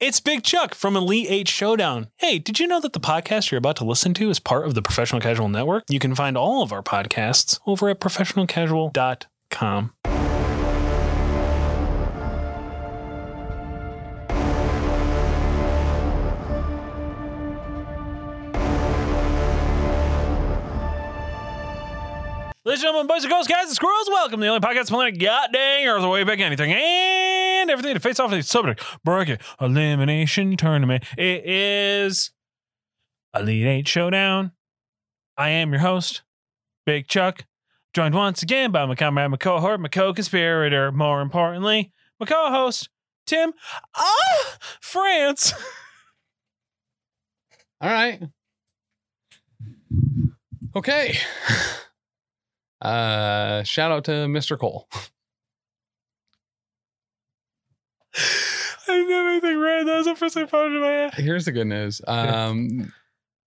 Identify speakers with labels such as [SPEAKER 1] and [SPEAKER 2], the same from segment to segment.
[SPEAKER 1] It's Big Chuck from Elite Eight Showdown. Hey, did you know that the podcast you're about to listen to is part of the Professional Casual Network? You can find all of our podcasts over at professionalcasual.com. Ladies and gentlemen, boys and girls, guys and squirrels, welcome to the only podcast on planet God dang earth way back anything and everything to face off the subject bracket elimination tournament. It is Elite Eight Showdown. I am your host, Big Chuck, joined once again by my comrade, my cohort, my co-conspirator, more importantly, my co-host, Tim Ah France.
[SPEAKER 2] All right. Okay. Uh, shout out to Mr. Cole.
[SPEAKER 1] I didn't have anything right. That was the first thing that popped into my head.
[SPEAKER 2] Here's the good news. Um,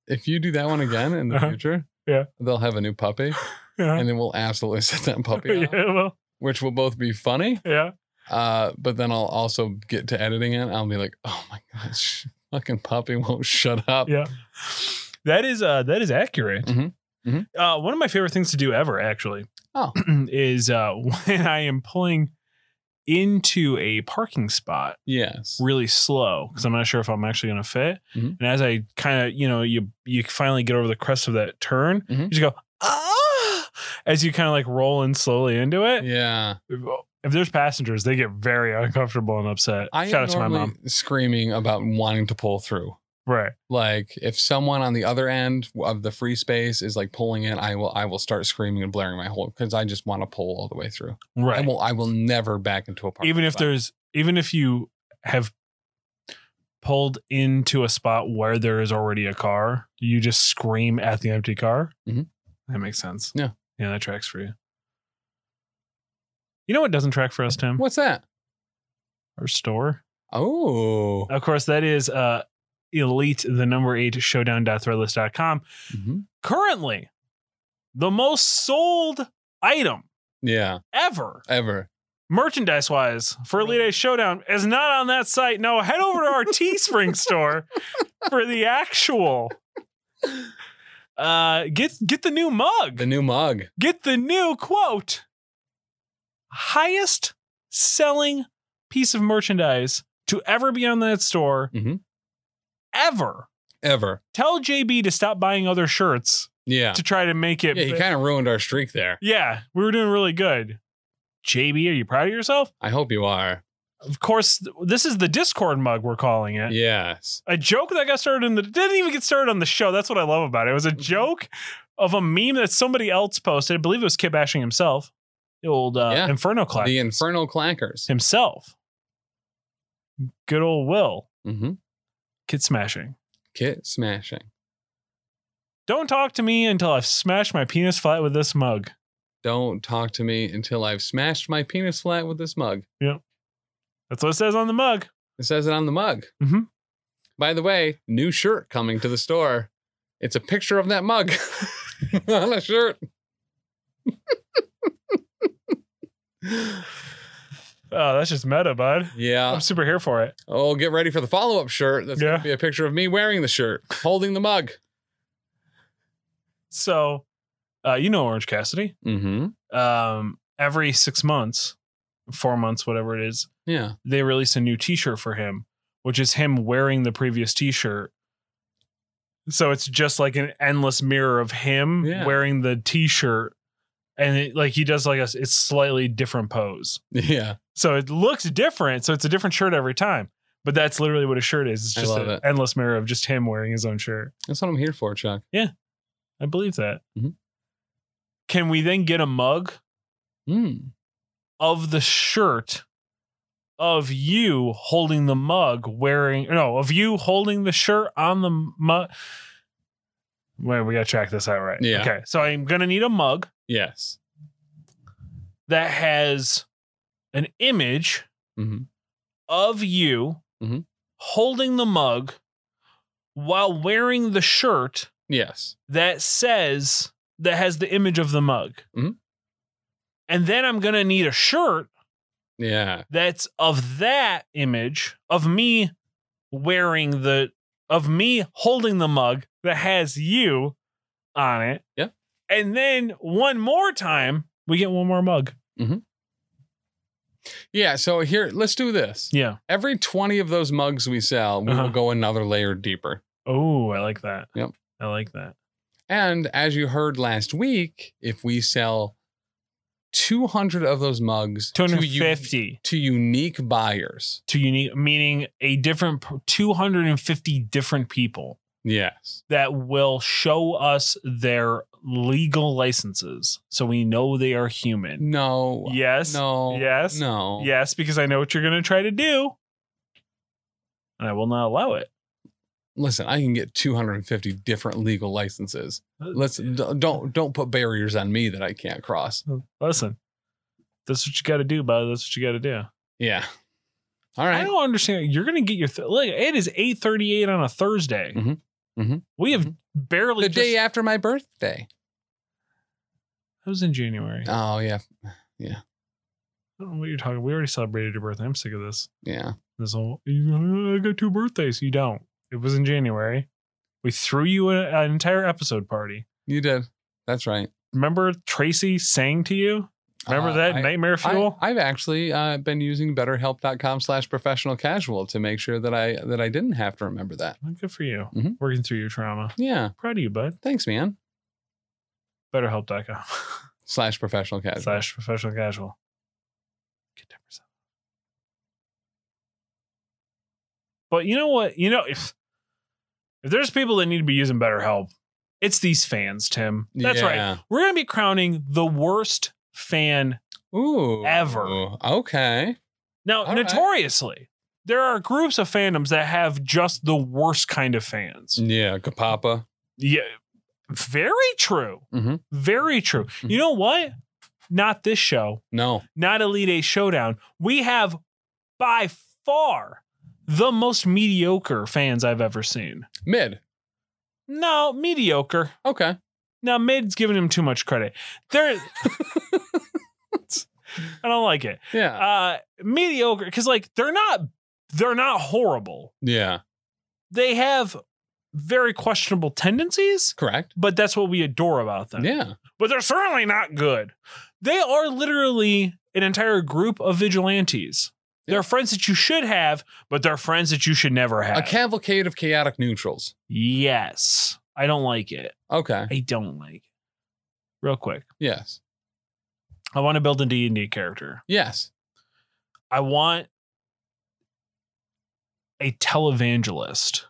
[SPEAKER 2] if you do that one again in the
[SPEAKER 1] Uh-huh.
[SPEAKER 2] future,
[SPEAKER 1] Yeah.
[SPEAKER 2] they'll have a new puppy,
[SPEAKER 1] Yeah.
[SPEAKER 2] and then we'll absolutely set that puppy up,
[SPEAKER 1] yeah, well,
[SPEAKER 2] which will both be funny.
[SPEAKER 1] yeah.
[SPEAKER 2] Uh, but then I'll also get to editing it. I'll be like, oh my gosh, fucking puppy won't shut up.
[SPEAKER 1] Yeah. That is uh that is accurate.
[SPEAKER 2] Mhm. Mhm.
[SPEAKER 1] Uh, one of my favorite things to do ever, actually,
[SPEAKER 2] Oh.
[SPEAKER 1] is uh, when I am pulling into a parking spot
[SPEAKER 2] Yes.
[SPEAKER 1] really slow because I'm not sure if I'm actually going to fit.
[SPEAKER 2] Mhm.
[SPEAKER 1] And as I kind of, you know, you you finally get over the crest of that turn,
[SPEAKER 2] Mhm.
[SPEAKER 1] you just go ah as you kind of like roll in slowly into it.
[SPEAKER 2] Yeah.
[SPEAKER 1] If there's passengers, they get very uncomfortable and upset.
[SPEAKER 2] I
[SPEAKER 1] Shout
[SPEAKER 2] am
[SPEAKER 1] out to my
[SPEAKER 2] normally
[SPEAKER 1] mom.
[SPEAKER 2] screaming about wanting to pull through.
[SPEAKER 1] Right.
[SPEAKER 2] like if someone on the other end of the free space is like pulling in i will i will start screaming and blaring my whole because i just want to pull all the way through
[SPEAKER 1] Right.
[SPEAKER 2] i will i will never back into a parking
[SPEAKER 1] even if
[SPEAKER 2] spot.
[SPEAKER 1] there's even if you have pulled into a spot where there is already a car, you just scream at the empty car.
[SPEAKER 2] Mhm.
[SPEAKER 1] That makes sense.
[SPEAKER 2] Yeah.
[SPEAKER 1] yeah, that tracks for you. You know what doesn't track for us, Tim?
[SPEAKER 2] what's that
[SPEAKER 1] Our store.
[SPEAKER 2] oh
[SPEAKER 1] Of course, that is uh, elite the number eight showdown.threadless.com.
[SPEAKER 2] Mhm.
[SPEAKER 1] Currently, the most sold item
[SPEAKER 2] yeah
[SPEAKER 1] ever
[SPEAKER 2] ever
[SPEAKER 1] merchandise wise for Elite Eight Showdown is not on that site. No, head over to our Teespring store for the actual. Uh, get get the new mug.
[SPEAKER 2] the new mug
[SPEAKER 1] Get the new quote. Highest selling piece of merchandise to ever be on that store
[SPEAKER 2] Mhm.
[SPEAKER 1] ever.
[SPEAKER 2] ever
[SPEAKER 1] Tell JB to stop buying other shirts
[SPEAKER 2] yeah
[SPEAKER 1] to try to make it.
[SPEAKER 2] yeah he kind of ruined our streak there
[SPEAKER 1] yeah, we were doing really good. JB, are you proud of yourself?
[SPEAKER 2] i hope you are
[SPEAKER 1] of course, th- this is the Discord mug we're calling it.
[SPEAKER 2] yes
[SPEAKER 1] A joke that got started in the didn't even get started on the show. That's what I love about it. It
[SPEAKER 2] Mm-hmm.
[SPEAKER 1] was a joke of a meme that somebody else posted. I believe it was Kip Ashing himself, the old uh,
[SPEAKER 2] Yeah.
[SPEAKER 1] Inferno Class
[SPEAKER 2] the inferno clankers
[SPEAKER 1] himself. Good old Will,
[SPEAKER 2] hmm
[SPEAKER 1] kid smashing.
[SPEAKER 2] kit smashing
[SPEAKER 1] Don't talk to me until I've smashed my penis flat with this mug.
[SPEAKER 2] don't talk to me until i've smashed my penis flat with this mug
[SPEAKER 1] That's what it says on the mug.
[SPEAKER 2] It says it on the mug.
[SPEAKER 1] Mhm.
[SPEAKER 2] By the way, new shirt coming to the store. It's a picture of that mug on a shirt.
[SPEAKER 1] Oh, that's just meta, bud.
[SPEAKER 2] Yeah.
[SPEAKER 1] I'm super here for it.
[SPEAKER 2] Oh, get ready for the follow up shirt. That's going
[SPEAKER 1] Yeah.
[SPEAKER 2] to be a picture of me wearing the shirt, holding the mug.
[SPEAKER 1] So, uh, you know Orange Cassidy.
[SPEAKER 2] Mm-hmm.
[SPEAKER 1] um, every six months, four months, whatever it is,
[SPEAKER 2] Yeah.
[SPEAKER 1] they release a new T-shirt for him, which is him wearing the previous T-shirt. So it's just like an endless mirror of him
[SPEAKER 2] Yeah.
[SPEAKER 1] wearing the T-shirt, and it, like he does like a it's slightly different pose.
[SPEAKER 2] Yeah.
[SPEAKER 1] So it looks different. So it's a different shirt every time. But that's literally what a shirt is. It's
[SPEAKER 2] I
[SPEAKER 1] just
[SPEAKER 2] love
[SPEAKER 1] an
[SPEAKER 2] it.
[SPEAKER 1] endless mirror of just him wearing his own shirt.
[SPEAKER 2] That's what I'm here for, Chuck.
[SPEAKER 1] I believe that.
[SPEAKER 2] Mhm.
[SPEAKER 1] Can we then get a mug
[SPEAKER 2] Mm.
[SPEAKER 1] of the shirt of you holding the mug wearing no of you holding the shirt on the mug wait we gotta track this out right
[SPEAKER 2] Yeah.
[SPEAKER 1] okay so i'm gonna need a mug
[SPEAKER 2] Yes.
[SPEAKER 1] that has an image Mm-hmm.
[SPEAKER 2] Mhm.
[SPEAKER 1] of you
[SPEAKER 2] Mhm.
[SPEAKER 1] holding the mug while wearing the shirt
[SPEAKER 2] Yes.
[SPEAKER 1] that says that has the image of the mug
[SPEAKER 2] Mhm.
[SPEAKER 1] and then i'm gonna need a shirt
[SPEAKER 2] Yeah.
[SPEAKER 1] that's of that image of me wearing the of me holding the mug that has you on it.
[SPEAKER 2] Yeah.
[SPEAKER 1] And then one more time, we get one more mug.
[SPEAKER 2] Yeah. So here, let's do this.
[SPEAKER 1] Yeah.
[SPEAKER 2] Every 20 of those mugs we sell, we
[SPEAKER 1] Uh-huh.
[SPEAKER 2] will go another layer deeper.
[SPEAKER 1] Oh, I like that.
[SPEAKER 2] Yep.
[SPEAKER 1] I like that.
[SPEAKER 2] And as you heard last week, if we sell 200 of those mugs to, u-
[SPEAKER 1] 250
[SPEAKER 2] to unique buyers,
[SPEAKER 1] to unique, meaning a different per- 250 different people
[SPEAKER 2] yes,
[SPEAKER 1] that will show us their legal licenses so we know they are human.
[SPEAKER 2] no,
[SPEAKER 1] Yes.
[SPEAKER 2] no,
[SPEAKER 1] Yes.
[SPEAKER 2] no,
[SPEAKER 1] Yes, because I know what you're going to try to do. And I will not allow it.
[SPEAKER 2] Listen, I can get 250 different legal licenses. Let's d- don't don't put barriers on me that I can't cross.
[SPEAKER 1] Listen, that's what you got to do, bud. That's what you got to do.
[SPEAKER 2] Yeah. All
[SPEAKER 1] I
[SPEAKER 2] right.
[SPEAKER 1] don't understand. You're going to get your th- look. It is eight thirty eight on a Thursday.
[SPEAKER 2] Mhm. Mhm.
[SPEAKER 1] We have barely
[SPEAKER 2] The
[SPEAKER 1] just-
[SPEAKER 2] day after my birthday.
[SPEAKER 1] It was in January. I
[SPEAKER 2] Oh yeah,
[SPEAKER 1] don't know what you're talking. We already celebrated your birthday. I'm sick of this.
[SPEAKER 2] yeah.
[SPEAKER 1] This whole "Uh, I got two birthdays. You don't. It was in January. We threw you a- an entire episode party.
[SPEAKER 2] You did. That's right.
[SPEAKER 1] Remember Tracy sang to you? Remember
[SPEAKER 2] Uh,
[SPEAKER 1] that
[SPEAKER 2] I-
[SPEAKER 1] nightmare fuel?
[SPEAKER 2] I, have actually uh, been using betterhelp.com slash professional casual to make sure that I that I didn't have to remember that.
[SPEAKER 1] Well, Good for you.
[SPEAKER 2] Mhm.
[SPEAKER 1] Working through your trauma.
[SPEAKER 2] Yeah.
[SPEAKER 1] Proud of you, bud.
[SPEAKER 2] Thanks, man.
[SPEAKER 1] BetterHelp.com
[SPEAKER 2] Slash professional casual.
[SPEAKER 1] slash professional casual. Get 10%. But you know what? You know, if if there's people that need to be using BetterHelp, it's these fans, Tim. That's right.
[SPEAKER 2] Yeah.
[SPEAKER 1] We're gonna be crowning the worst fan
[SPEAKER 2] Ooh.
[SPEAKER 1] Ever.
[SPEAKER 2] Okay.
[SPEAKER 1] Now,
[SPEAKER 2] All right.
[SPEAKER 1] notoriously, there are groups of fandoms that have just the worst kind of fans.
[SPEAKER 2] Yeah. Kapapa.
[SPEAKER 1] Yeah, very true.
[SPEAKER 2] Mhm.
[SPEAKER 1] Very true. You know what? Not this show,
[SPEAKER 2] No.
[SPEAKER 1] not Elite Eight Showdown. We have by far the most mediocre fans I've ever seen.
[SPEAKER 2] Mid.
[SPEAKER 1] No, mediocre.
[SPEAKER 2] Okay.
[SPEAKER 1] Now, mid's giving him too much credit. There, I don't like it.
[SPEAKER 2] Yeah.
[SPEAKER 1] Uh, mediocre, because like they're not, they're not horrible.
[SPEAKER 2] yeah.
[SPEAKER 1] they have very questionable tendencies,
[SPEAKER 2] Correct.
[SPEAKER 1] but that's what we adore about them.
[SPEAKER 2] Yeah.
[SPEAKER 1] But they're certainly not good. They are literally an entire group of vigilantes. They're friends that you should have, but they're friends that you should never have.
[SPEAKER 2] A cavalcade of chaotic neutrals.
[SPEAKER 1] Yes. I don't like it.
[SPEAKER 2] Okay.
[SPEAKER 1] I don't like it. Real quick.
[SPEAKER 2] Yes.
[SPEAKER 1] I want to build a D&D character.
[SPEAKER 2] Yes.
[SPEAKER 1] I want a televangelist.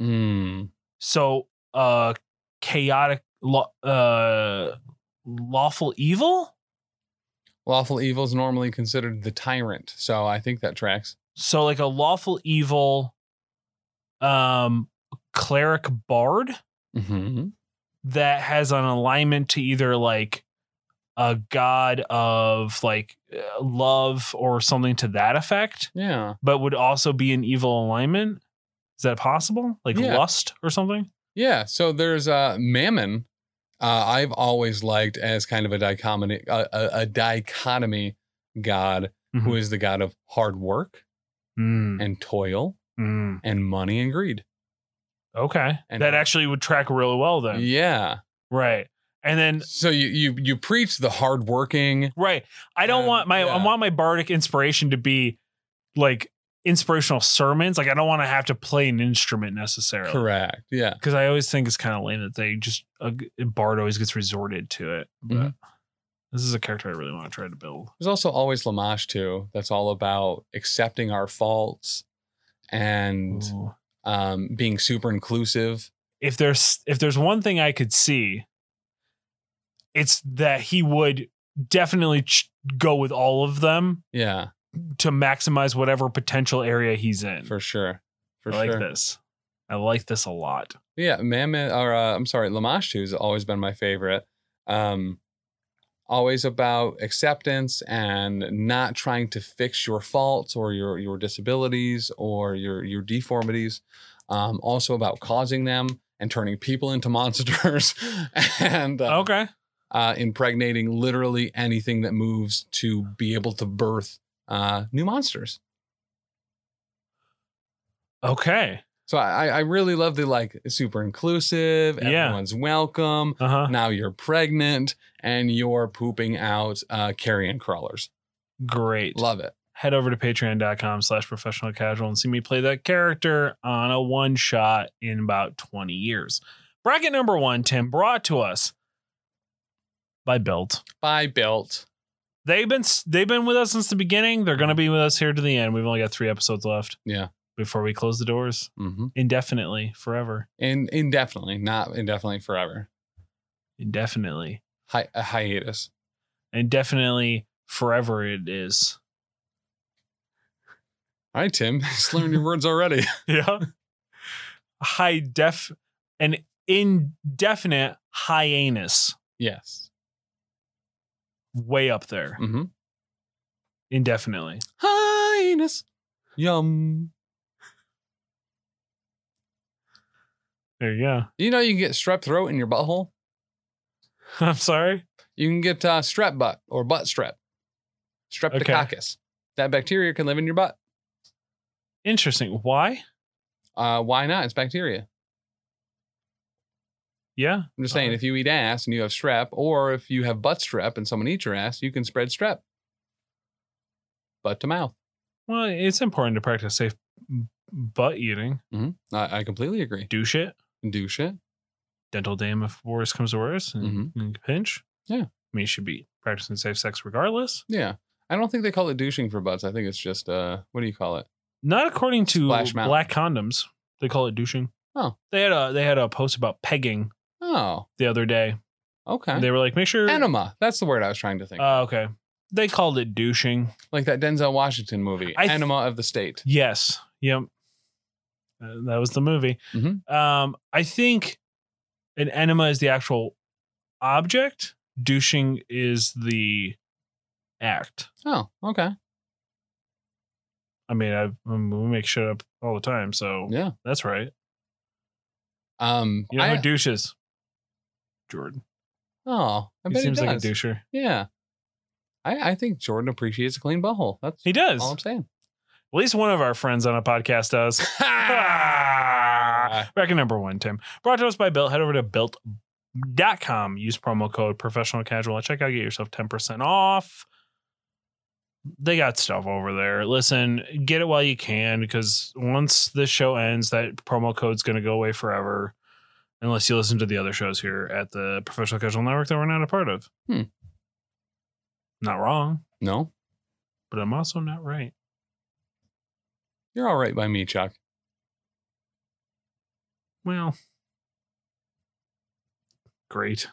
[SPEAKER 2] Mm.
[SPEAKER 1] so uh chaotic law uh lawful evil
[SPEAKER 2] Lawful evil is normally considered the tyrant, so I think that tracks.
[SPEAKER 1] so like a lawful evil um cleric bard
[SPEAKER 2] Mm-hmm.
[SPEAKER 1] that has an alignment to either like a god of like uh, love or something to that effect
[SPEAKER 2] Yeah.
[SPEAKER 1] but would also be an evil alignment is that possible like
[SPEAKER 2] Yeah.
[SPEAKER 1] lust or something
[SPEAKER 2] Yeah, so there's uh, Mammon. Uh, I've always liked as kind of a dichotomy, a, a, a dichotomy god who is the god of hard work
[SPEAKER 1] Mm-hmm. Mm,
[SPEAKER 2] and toil
[SPEAKER 1] mm.
[SPEAKER 2] and money and greed.
[SPEAKER 1] okay
[SPEAKER 2] And-
[SPEAKER 1] that actually would track really well then
[SPEAKER 2] Yeah.
[SPEAKER 1] right and then
[SPEAKER 2] So you you you preach the hard working.
[SPEAKER 1] Right. I don't
[SPEAKER 2] Um,
[SPEAKER 1] want my I
[SPEAKER 2] yeah.
[SPEAKER 1] want my bardic inspiration to be like inspirational sermons. Like I don't want to have to play an instrument necessarily.
[SPEAKER 2] Correct. Yeah.
[SPEAKER 1] Because I always think it's kind of lame that they just a, g- a bard always gets resorted to it. But
[SPEAKER 2] Mhm.
[SPEAKER 1] this is a character I really want to try to build.
[SPEAKER 2] There's also always Lamash too. That's all about accepting our faults and
[SPEAKER 1] Ooh.
[SPEAKER 2] um, being super inclusive.
[SPEAKER 1] If there's if there's one thing I could see, it's that he would definitely ch- go with all of them
[SPEAKER 2] Yeah,
[SPEAKER 1] to maximize whatever potential area he's in.
[SPEAKER 2] for sure. For
[SPEAKER 1] I like
[SPEAKER 2] sure.
[SPEAKER 1] this. I like this a lot.
[SPEAKER 2] Yeah, Mammoth, or uh, I'm sorry, Lamash 2 has always been my favorite. Um, always about acceptance and not trying to fix your faults or your your disabilities or your your deformities. Um, also about causing them and turning people into monsters and uh,
[SPEAKER 1] Okay.
[SPEAKER 2] uh, impregnating literally anything that moves to be able to birth uh, new monsters.
[SPEAKER 1] Okay.
[SPEAKER 2] So I, I really love the like super inclusive,
[SPEAKER 1] Yeah.
[SPEAKER 2] everyone's welcome.
[SPEAKER 1] Uh huh.
[SPEAKER 2] Now you're pregnant and you're pooping out uh, carrion crawlers.
[SPEAKER 1] Great.
[SPEAKER 2] Love it.
[SPEAKER 1] Head over to patreon.com slash professional casual and see me play that character on a one shot in about 20 years. Bracket number one, Tim, brought to us by Built.
[SPEAKER 2] By Built.
[SPEAKER 1] They've been they've been with us since the beginning. They're going to be with us here to the end. We've only got three episodes left.
[SPEAKER 2] Yeah.
[SPEAKER 1] Before we close the doors
[SPEAKER 2] Mm-hmm.
[SPEAKER 1] indefinitely, forever,
[SPEAKER 2] And indefinitely, not indefinitely forever.
[SPEAKER 1] indefinitely,
[SPEAKER 2] Hi- a hiatus.
[SPEAKER 1] indefinitely, forever. It is.
[SPEAKER 2] All right, Tim. Just learned your words already.
[SPEAKER 1] Yeah. High def, an indefinite hyenas,
[SPEAKER 2] yes.
[SPEAKER 1] way up there,
[SPEAKER 2] Mm-hmm.
[SPEAKER 1] indefinitely.
[SPEAKER 2] Highness. Yum.
[SPEAKER 1] There you go.
[SPEAKER 2] You know you can get strep throat in your butthole.
[SPEAKER 1] I'm sorry.
[SPEAKER 2] You can get uh, strep butt or butt strep. Streptococcus. That bacteria can live in your butt.
[SPEAKER 1] Interesting. Why?
[SPEAKER 2] Uh, why not? It's bacteria.
[SPEAKER 1] Yeah.
[SPEAKER 2] I'm just saying,
[SPEAKER 1] Uh-huh.
[SPEAKER 2] if you eat ass and you have strep, or if you have butt strep and someone eats your ass, you can spread strep. Butt to mouth.
[SPEAKER 1] Well, it's important to practice safe butt eating.
[SPEAKER 2] I, I completely agree.
[SPEAKER 1] Douche it.
[SPEAKER 2] Do shit.
[SPEAKER 1] dental dam if worse comes to worse and, and pinch.
[SPEAKER 2] Mm-hmm. Yeah.
[SPEAKER 1] I mean, you should be practicing safe sex regardless.
[SPEAKER 2] Yeah. I don't think they call it douching for butts. I think it's just uh, what do you call it?
[SPEAKER 1] Not according to
[SPEAKER 2] Splash Mountain.
[SPEAKER 1] black condoms. They call it douching.
[SPEAKER 2] Oh.
[SPEAKER 1] They had a they had a post about pegging
[SPEAKER 2] Oh,
[SPEAKER 1] the other day.
[SPEAKER 2] okay.
[SPEAKER 1] They were like, make sure
[SPEAKER 2] Enema. That's the word I was trying to think.
[SPEAKER 1] Uh, okay. They called it douching.
[SPEAKER 2] like that Denzel Washington movie,
[SPEAKER 1] I th-
[SPEAKER 2] Enema of the State.
[SPEAKER 1] Yes. Yep. Uh, that was the movie.
[SPEAKER 2] Mhm.
[SPEAKER 1] Um, I think an enema is the actual object. Douching is the act.
[SPEAKER 2] Oh, okay.
[SPEAKER 1] I mean, I um, we make shit up all the time, so
[SPEAKER 2] Yeah.
[SPEAKER 1] that's right.
[SPEAKER 2] Um.
[SPEAKER 1] You know
[SPEAKER 2] I-
[SPEAKER 1] who douches? Jordan.
[SPEAKER 2] oh, I
[SPEAKER 1] he
[SPEAKER 2] bet
[SPEAKER 1] seems
[SPEAKER 2] he does.
[SPEAKER 1] like a doucher.
[SPEAKER 2] Yeah. I, I think Jordan appreciates a clean butthole. That's
[SPEAKER 1] He does.
[SPEAKER 2] all I'm
[SPEAKER 1] At
[SPEAKER 2] saying.
[SPEAKER 1] least one of our friends on a podcast does. Record number one, Tim. Brought to us by Built. Head over to built.com. Use promo code professional casual at checkout. Get yourself 10% off. They got stuff over there. Listen, get it while you can because once this show ends, that promo code's going to go away forever unless you listen to the other shows here at the professional casual network that we're not a part of.
[SPEAKER 2] Hmm.
[SPEAKER 1] Not wrong,
[SPEAKER 2] no,
[SPEAKER 1] but I'm also not right.
[SPEAKER 2] you're all right by me, Chuck.
[SPEAKER 1] Well, great.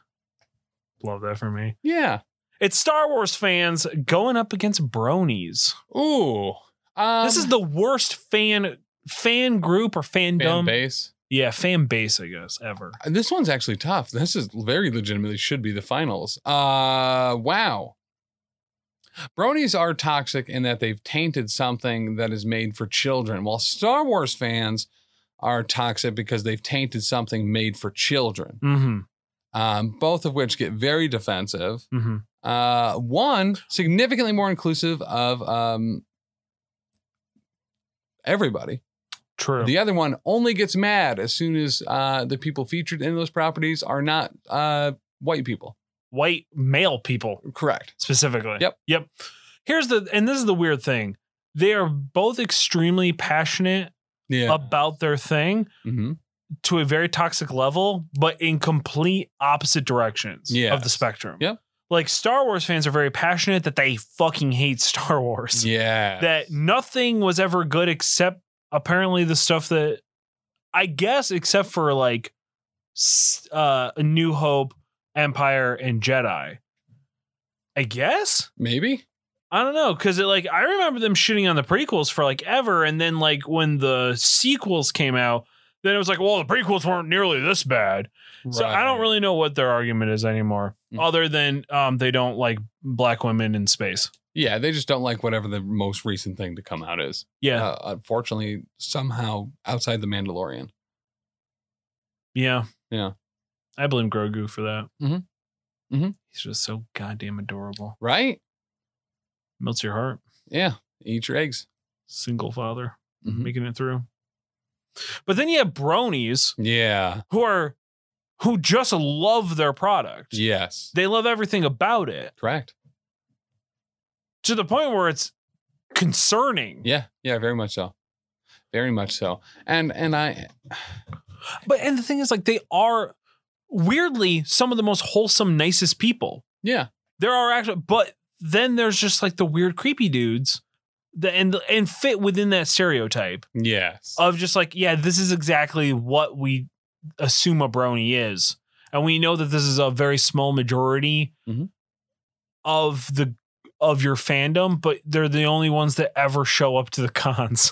[SPEAKER 1] Love that for me.
[SPEAKER 2] Yeah.
[SPEAKER 1] It's Star Wars fans going up against bronies.
[SPEAKER 2] Ooh. Um,
[SPEAKER 1] this is the worst fan fan group or
[SPEAKER 2] fan
[SPEAKER 1] fandom.
[SPEAKER 2] base.
[SPEAKER 1] yeah, fan base, I guess, ever.
[SPEAKER 2] This one's actually tough. This is very legitimately should be the finals. Uh, wow. Bronies are toxic in that they've tainted something that is made for children, while Star Wars fans are toxic because they've tainted something made for children.
[SPEAKER 1] Mm-hmm.
[SPEAKER 2] Um, both of which get very defensive.
[SPEAKER 1] Mm-hmm.
[SPEAKER 2] Uh, one significantly more inclusive of um everybody.
[SPEAKER 1] True.
[SPEAKER 2] The other one only gets mad as soon as uh the people featured in those properties are not uh white people.
[SPEAKER 1] White male people
[SPEAKER 2] Correct.
[SPEAKER 1] specifically.
[SPEAKER 2] Yep.
[SPEAKER 1] Yep. Here's the and this is the weird thing. They are both extremely passionate
[SPEAKER 2] Yeah.
[SPEAKER 1] about their thing
[SPEAKER 2] hmm
[SPEAKER 1] to a very toxic level, but in complete opposite directions of the
[SPEAKER 2] Yes.
[SPEAKER 1] spectrum.
[SPEAKER 2] Yep.
[SPEAKER 1] Like Star Wars fans are very passionate that they fucking hate Star Wars.
[SPEAKER 2] Yeah.
[SPEAKER 1] that nothing was ever good except apparently the stuff that I guess except for like s- uh A New Hope, Empire and Jedi. I guess?
[SPEAKER 2] Maybe.
[SPEAKER 1] I don't know cuz it like I remember them shitting on the prequels for like ever and then like when the sequels came out then it was like, well, the prequels weren't nearly this bad. So I don't
[SPEAKER 2] Right.
[SPEAKER 1] really know what their argument is anymore,
[SPEAKER 2] Mm.
[SPEAKER 1] other than um, they don't like black women in space.
[SPEAKER 2] Yeah, they just don't like whatever the most recent thing to come out is.
[SPEAKER 1] Yeah.
[SPEAKER 2] Uh, unfortunately, somehow outside the Mandalorian.
[SPEAKER 1] Yeah.
[SPEAKER 2] Yeah.
[SPEAKER 1] I blame Grogu for that.
[SPEAKER 2] Mhm. Mhm.
[SPEAKER 1] He's just so goddamn adorable.
[SPEAKER 2] Right?
[SPEAKER 1] Melts your heart.
[SPEAKER 2] Yeah. Eat your eggs.
[SPEAKER 1] Single father,
[SPEAKER 2] Mhm.
[SPEAKER 1] making it through. But then you have bronies
[SPEAKER 2] Yeah.
[SPEAKER 1] who are who just love their product.
[SPEAKER 2] Yes.
[SPEAKER 1] They love everything about it
[SPEAKER 2] Correct.
[SPEAKER 1] to the point where it's concerning.
[SPEAKER 2] Yeah. Yeah. Very much so. Very much so. And and I
[SPEAKER 1] But and the thing is, like, they are weirdly some of the most wholesome, nicest people.
[SPEAKER 2] yeah
[SPEAKER 1] There are actually, but then there's just like the weird, creepy dudes that and and fit within that stereotype
[SPEAKER 2] yes
[SPEAKER 1] of just like, yeah, this is exactly what we assume a brony is, and we know that this is a very small majority
[SPEAKER 2] Mhm.
[SPEAKER 1] of the of your fandom, but they're the only ones that ever show up to the cons.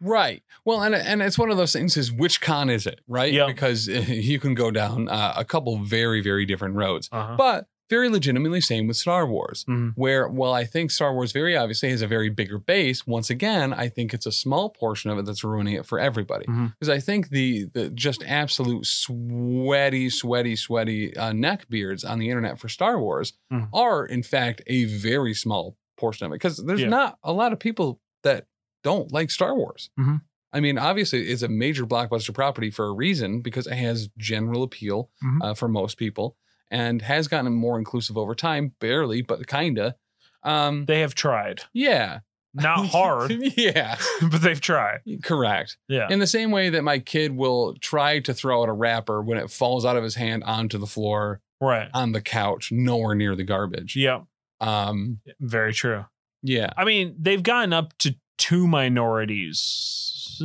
[SPEAKER 2] right. Well, and and it's one of those things is which con is it right?
[SPEAKER 1] Yeah.
[SPEAKER 2] Because eh, you can go down uh, a couple very very different roads.
[SPEAKER 1] Uh-huh.
[SPEAKER 2] But very legitimately, same with Star Wars,
[SPEAKER 1] Mhm.
[SPEAKER 2] where while I think Star Wars very obviously has a very bigger base, once again, I think it's a small portion of it that's ruining it for everybody. Because
[SPEAKER 1] Mhm.
[SPEAKER 2] I think the the just absolute sweaty, sweaty, sweaty uh, neckbeards on the internet for Star Wars
[SPEAKER 1] Mhm.
[SPEAKER 2] are in fact a very small portion of it. Because there's
[SPEAKER 1] Yeah.
[SPEAKER 2] not a lot of people that don't like Star Wars.
[SPEAKER 1] Mhm.
[SPEAKER 2] I mean, obviously, it's a major blockbuster property for a reason because it has general appeal
[SPEAKER 1] Mhm.
[SPEAKER 2] uh, for most people and has gotten more inclusive over time, barely, but kinda. Um,
[SPEAKER 1] They have tried,
[SPEAKER 2] yeah,
[SPEAKER 1] not hard,
[SPEAKER 2] yeah,
[SPEAKER 1] but they've tried.
[SPEAKER 2] correct.
[SPEAKER 1] Yeah.
[SPEAKER 2] In the same way that my kid will try to throw out a wrapper when it falls out of his hand onto the floor,
[SPEAKER 1] Right.
[SPEAKER 2] on the couch, nowhere near the garbage.
[SPEAKER 1] Yeah.
[SPEAKER 2] Um,
[SPEAKER 1] Very true.
[SPEAKER 2] yeah,
[SPEAKER 1] I mean, they've gotten up to two minorities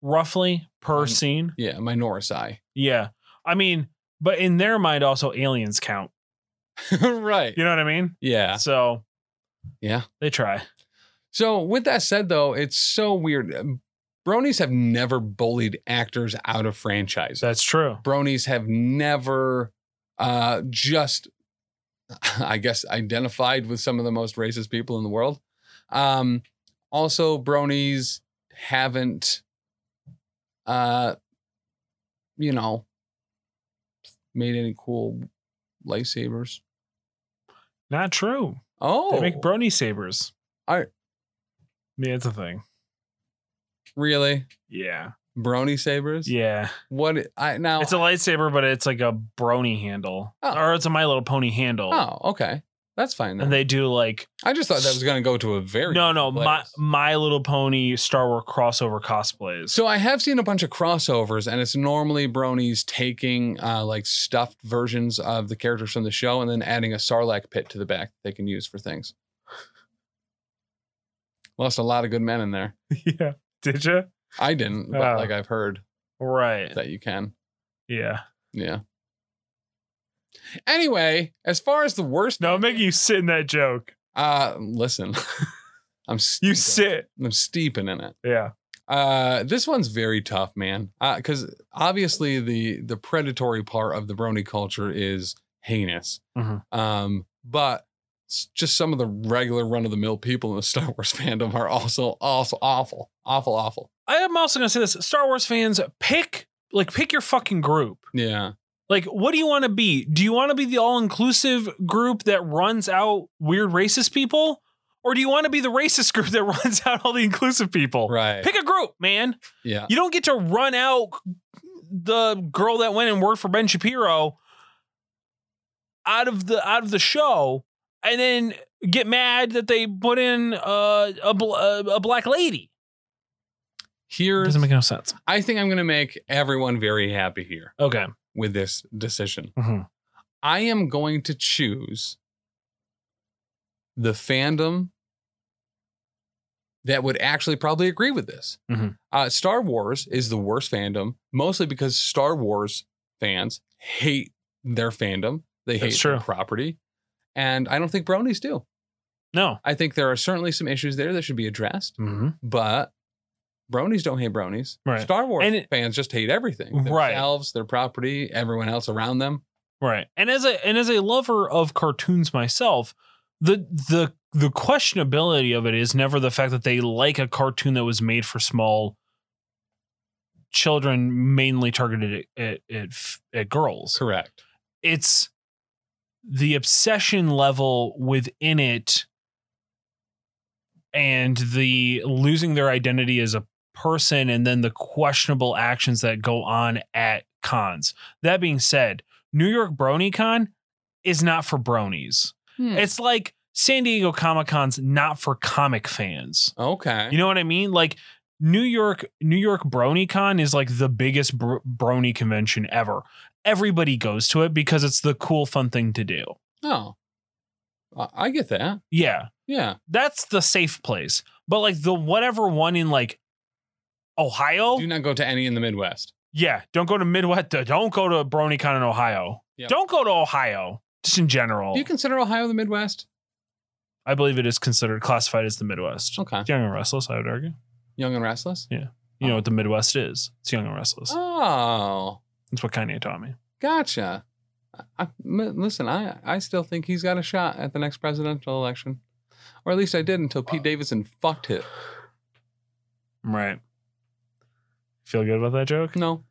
[SPEAKER 1] roughly per
[SPEAKER 2] Mm.
[SPEAKER 1] scene.
[SPEAKER 2] yeah, my Norris eye.
[SPEAKER 1] Yeah. I mean, but in their mind, also aliens count.
[SPEAKER 2] right.
[SPEAKER 1] You know what I mean?
[SPEAKER 2] Yeah.
[SPEAKER 1] So
[SPEAKER 2] Yeah.
[SPEAKER 1] they try.
[SPEAKER 2] So with that said, though, it's so weird. Um, Bronies have never bullied actors out of franchises.
[SPEAKER 1] That's true.
[SPEAKER 2] bronies have never uh, just, I guess, identified with some of the most racist people in the world. Um, also, bronies haven't, uh, you know, made any cool lightsabers.
[SPEAKER 1] Not true.
[SPEAKER 2] Oh,
[SPEAKER 1] They make brony sabers.
[SPEAKER 2] I-
[SPEAKER 1] Yeah, it's a thing.
[SPEAKER 2] really?
[SPEAKER 1] Yeah.
[SPEAKER 2] Brony sabers?
[SPEAKER 1] Yeah.
[SPEAKER 2] What I now?
[SPEAKER 1] It's a lightsaber, but it's like a brony handle.
[SPEAKER 2] Oh.
[SPEAKER 1] Or it's a My Little Pony handle.
[SPEAKER 2] oh, okay, that's fine. Then.
[SPEAKER 1] And they do like
[SPEAKER 2] I just thought that was going to go to a very
[SPEAKER 1] no, no,
[SPEAKER 2] different
[SPEAKER 1] my
[SPEAKER 2] place.
[SPEAKER 1] My Little Pony Star Wars crossover cosplays.
[SPEAKER 2] So I have seen a bunch of crossovers, and it's normally bronies taking uh, like stuffed versions of the characters from the show, and then adding a sarlacc pit to the back that they can use for things. Lost a lot of good men in there.
[SPEAKER 1] yeah, did you?
[SPEAKER 2] I didn't, but
[SPEAKER 1] Oh.
[SPEAKER 2] like I've heard
[SPEAKER 1] Right.
[SPEAKER 2] that you can.
[SPEAKER 1] Yeah.
[SPEAKER 2] Yeah. Anyway, as far as the worst,
[SPEAKER 1] No, I'm making you sit in that joke.
[SPEAKER 2] uh, listen, I'm steeped,
[SPEAKER 1] You sit.
[SPEAKER 2] I'm steeping in it.
[SPEAKER 1] Yeah.
[SPEAKER 2] Uh, this one's very tough, man. Because obviously the the predatory part of the Brony culture is heinous.
[SPEAKER 1] Mhm.
[SPEAKER 2] Um, but s- just some of the regular run of the mill people in the Star Wars fandom are also also awful, awful, awful.
[SPEAKER 1] I am also gonna say this. Star Wars fans, pick like pick your fucking group.
[SPEAKER 2] Yeah,
[SPEAKER 1] Like, what do you want to be? Do you want to be the all-inclusive group that runs out weird racist people? Or do you want to be the racist group that runs out all the inclusive people?
[SPEAKER 2] right.
[SPEAKER 1] Pick a group, man.
[SPEAKER 2] Yeah,
[SPEAKER 1] You don't get to run out the girl that went and worked for Ben Shapiro out of the out of the show, and then get mad that they put in uh, a bl- a, a black lady.
[SPEAKER 2] here's.
[SPEAKER 1] no sense.
[SPEAKER 2] I think I'm gonna make everyone very happy here
[SPEAKER 1] Okay.
[SPEAKER 2] with this decision.
[SPEAKER 1] Mhm.
[SPEAKER 2] I am going to choose the fandom that would actually probably agree with this.
[SPEAKER 1] Mhm.
[SPEAKER 2] Uh, Star Wars is the worst fandom, mostly because Star Wars fans hate their fandom. They
[SPEAKER 1] That's
[SPEAKER 2] hate
[SPEAKER 1] true.
[SPEAKER 2] their property. And I don't think bronies do.
[SPEAKER 1] No.
[SPEAKER 2] I think there are certainly some issues there that should be addressed,
[SPEAKER 1] Mm-hmm.
[SPEAKER 2] but bronies don't hate bronies.
[SPEAKER 1] Right.
[SPEAKER 2] Star Wars
[SPEAKER 1] And it-
[SPEAKER 2] fans just hate everything.
[SPEAKER 1] Right.
[SPEAKER 2] Themselves, their property, everyone else around them.
[SPEAKER 1] Right. And as a and as a lover of cartoons myself, the the the questionability of it is never the fact that they like a cartoon that was made for small children mainly targeted at at, at, f- at girls.
[SPEAKER 2] Correct.
[SPEAKER 1] It's the obsession level within it and the losing their identity as a person and then the questionable actions that go on at cons. That being said, New York BronyCon is not for bronies.
[SPEAKER 3] Hmm.
[SPEAKER 1] It's like San Diego Comic Con's not for comic fans.
[SPEAKER 2] Okay.
[SPEAKER 1] You know what I mean? Like New York, New York BronyCon is like the biggest br- brony convention ever. Everybody goes to it because it's the cool, fun thing to do.
[SPEAKER 2] oh, I, I get that.
[SPEAKER 1] Yeah,
[SPEAKER 2] Yeah.
[SPEAKER 1] that's the safe place. But like the whatever one in like Ohio,
[SPEAKER 2] Do not go to any in the Midwest.
[SPEAKER 1] yeah, don't go to Midwest. Don't go to BronyCon in Ohio.
[SPEAKER 2] Yeah.
[SPEAKER 1] Don't go to Ohio. Just in general,
[SPEAKER 2] Do you consider Ohio the Midwest?
[SPEAKER 1] I believe it is considered classified as the Midwest.
[SPEAKER 2] Okay.
[SPEAKER 1] Young and restless, I would argue.
[SPEAKER 2] Young and restless.
[SPEAKER 1] You know what the Midwest is? It's young and restless.
[SPEAKER 2] Oh,
[SPEAKER 1] That's what Kanye taught me.
[SPEAKER 2] gotcha. I, I- m- listen, I I still think he's got a shot at the next presidential election, or at least I did until Pete Davidson fucked it.
[SPEAKER 1] Right. Feel good about that joke?
[SPEAKER 2] No.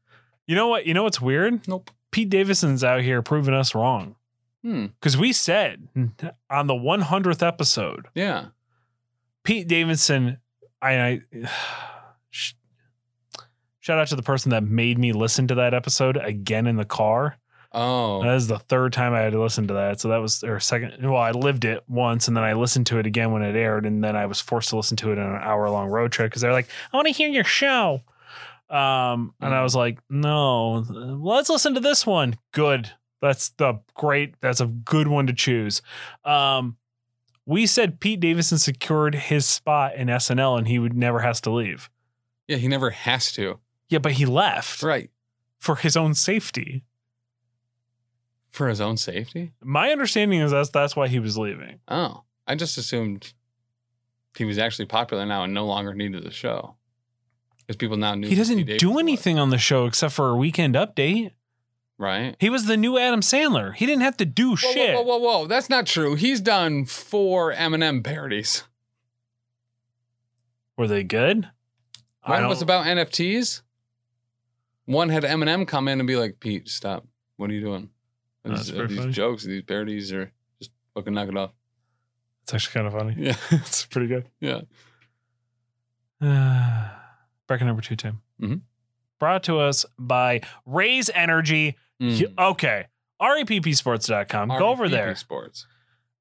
[SPEAKER 1] You know what? You know what's weird?
[SPEAKER 2] Nope.
[SPEAKER 1] Pete Davidson's out here proving us wrong.
[SPEAKER 2] Hmm.
[SPEAKER 1] Because we said on the 100th episode,
[SPEAKER 2] Yeah.
[SPEAKER 1] Pete Davidson, I, I sh- shout out to the person that made me listen to that episode again in the car.
[SPEAKER 2] Oh.
[SPEAKER 1] That is the third time I had to listen to that. So that was or second. Well, I lived it once, and then I listened to it again when it aired, and then I was forced to listen to it on an hour long road trip because they're like, "I want to hear your show," um, and I was like, "No, let's listen to this one." Good. That's the great. That's a good one to choose. Um, we said Pete Davidson secured his spot in SNL, and he would never has to leave.
[SPEAKER 2] Yeah. He never has to.
[SPEAKER 1] Yeah, but he left
[SPEAKER 2] Right.
[SPEAKER 1] for his own safety.
[SPEAKER 2] For his own safety.
[SPEAKER 1] My understanding is that's that's why he was leaving.
[SPEAKER 2] Oh. I just assumed he was actually popular now and no longer needed the show. Because people now knew
[SPEAKER 1] He
[SPEAKER 2] who
[SPEAKER 1] doesn't
[SPEAKER 2] Pete Davidson
[SPEAKER 1] do
[SPEAKER 2] was,
[SPEAKER 1] anything on the show except for a weekend update.
[SPEAKER 2] right?
[SPEAKER 1] He was the new Adam Sandler. He didn't have to do
[SPEAKER 2] Whoa,
[SPEAKER 1] shit.
[SPEAKER 2] Whoa, whoa, whoa, whoa. That's not true. He's done four Eminem parodies.
[SPEAKER 1] Were they good? I
[SPEAKER 2] One
[SPEAKER 1] don't-
[SPEAKER 2] was about NFTs. One had Eminem come in and be like, Pete, stop. What are you doing?
[SPEAKER 1] Oh, that's
[SPEAKER 2] These,
[SPEAKER 1] pretty
[SPEAKER 2] these
[SPEAKER 1] funny.
[SPEAKER 2] jokes, these parodies are just fucking knock it off.
[SPEAKER 1] it's actually kind of funny.
[SPEAKER 2] Yeah.
[SPEAKER 1] it's pretty good.
[SPEAKER 2] yeah.
[SPEAKER 1] Uh, bracket number two, Tim.
[SPEAKER 2] Mhm.
[SPEAKER 1] Brought to us by Raise Energy.
[SPEAKER 2] Mm. E
[SPEAKER 1] Okay. E REPPsports.com. Go over
[SPEAKER 2] RPP
[SPEAKER 1] there.
[SPEAKER 2] Sports.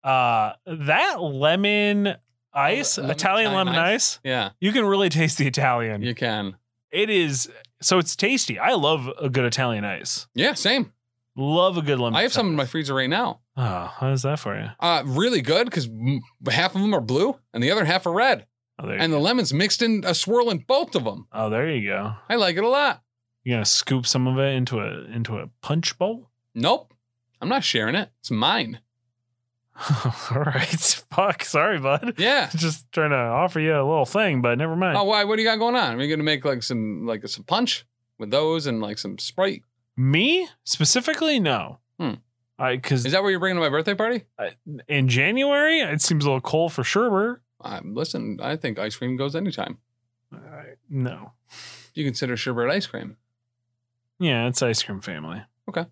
[SPEAKER 1] Uh, that lemon ice,
[SPEAKER 2] Oh, Lemon-
[SPEAKER 1] Italian
[SPEAKER 2] Italian
[SPEAKER 1] lemon ice.
[SPEAKER 2] Yeah,
[SPEAKER 1] you can really taste the Italian.
[SPEAKER 2] you can.
[SPEAKER 1] It is, so it's tasty. I love a good Italian ice.
[SPEAKER 2] Yeah, same.
[SPEAKER 1] Love a good lemon.
[SPEAKER 2] I have some in my
[SPEAKER 1] pepper.
[SPEAKER 2] freezer right now.
[SPEAKER 1] Oh, how's that for you?
[SPEAKER 2] Uh, really good because half of them are blue and the other half are red.
[SPEAKER 1] Oh, there. You,
[SPEAKER 2] And the lemon's mixed in a swirl in both of them.
[SPEAKER 1] oh, there you go.
[SPEAKER 2] I like it a lot.
[SPEAKER 1] You're gonna scoop some of it into a into a punch bowl.
[SPEAKER 2] Nope. I'm not sharing it. It's mine.
[SPEAKER 1] All right. Fuck. Sorry, bud.
[SPEAKER 2] Yeah.
[SPEAKER 1] Just trying to offer you a little thing, but never mind.
[SPEAKER 2] Oh, why? What do you got going on? Are you gonna make like some like some punch with those and like some Sprite?
[SPEAKER 1] Me specifically, no.
[SPEAKER 2] Hmm.
[SPEAKER 1] I because
[SPEAKER 2] Is that what you're bringing to my birthday party?
[SPEAKER 1] in January it seems a little cold for sherbet.
[SPEAKER 2] Um, listen, I think ice cream goes anytime.
[SPEAKER 1] I- Uh, No.
[SPEAKER 2] You consider sherbet ice cream.
[SPEAKER 1] Yeah, it's ice cream family.
[SPEAKER 2] Okay.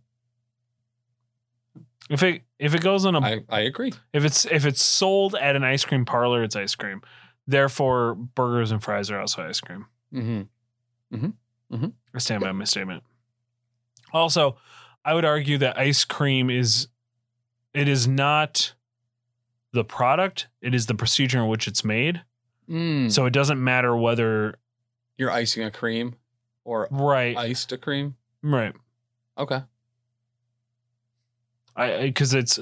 [SPEAKER 1] If it if it goes on a
[SPEAKER 2] I, I agree.
[SPEAKER 1] If it's if it's sold at an ice cream parlor, it's ice cream. Therefore, burgers and fries are also ice cream.
[SPEAKER 2] Mm-hmm.
[SPEAKER 1] I stand by my statement. Also, I would argue that ice cream is it is not the product, it is the procedure in which it's made.
[SPEAKER 2] Mm.
[SPEAKER 1] So it doesn't matter whether
[SPEAKER 2] You're icing a cream or
[SPEAKER 1] right
[SPEAKER 2] iced a cream.
[SPEAKER 1] right.
[SPEAKER 2] Okay.
[SPEAKER 1] I because it's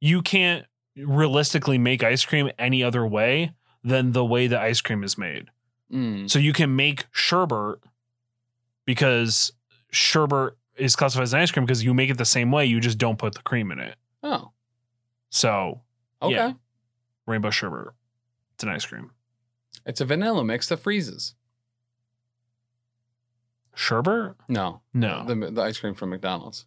[SPEAKER 1] you can't realistically make ice cream any other way than the way the ice cream is made.
[SPEAKER 2] Mm.
[SPEAKER 1] Mm-hmm. So you can make sherbet because sherbet is classified as an ice cream because you make it the same way. You just don't put the cream in it.
[SPEAKER 2] Oh.
[SPEAKER 1] So
[SPEAKER 2] Okay.
[SPEAKER 1] Yeah. rainbow sherbet, it's an ice cream.
[SPEAKER 2] It's a vanilla mix that freezes.
[SPEAKER 1] Sherbet?
[SPEAKER 2] No.
[SPEAKER 1] No.
[SPEAKER 2] The, the ice cream from McDonald's. Is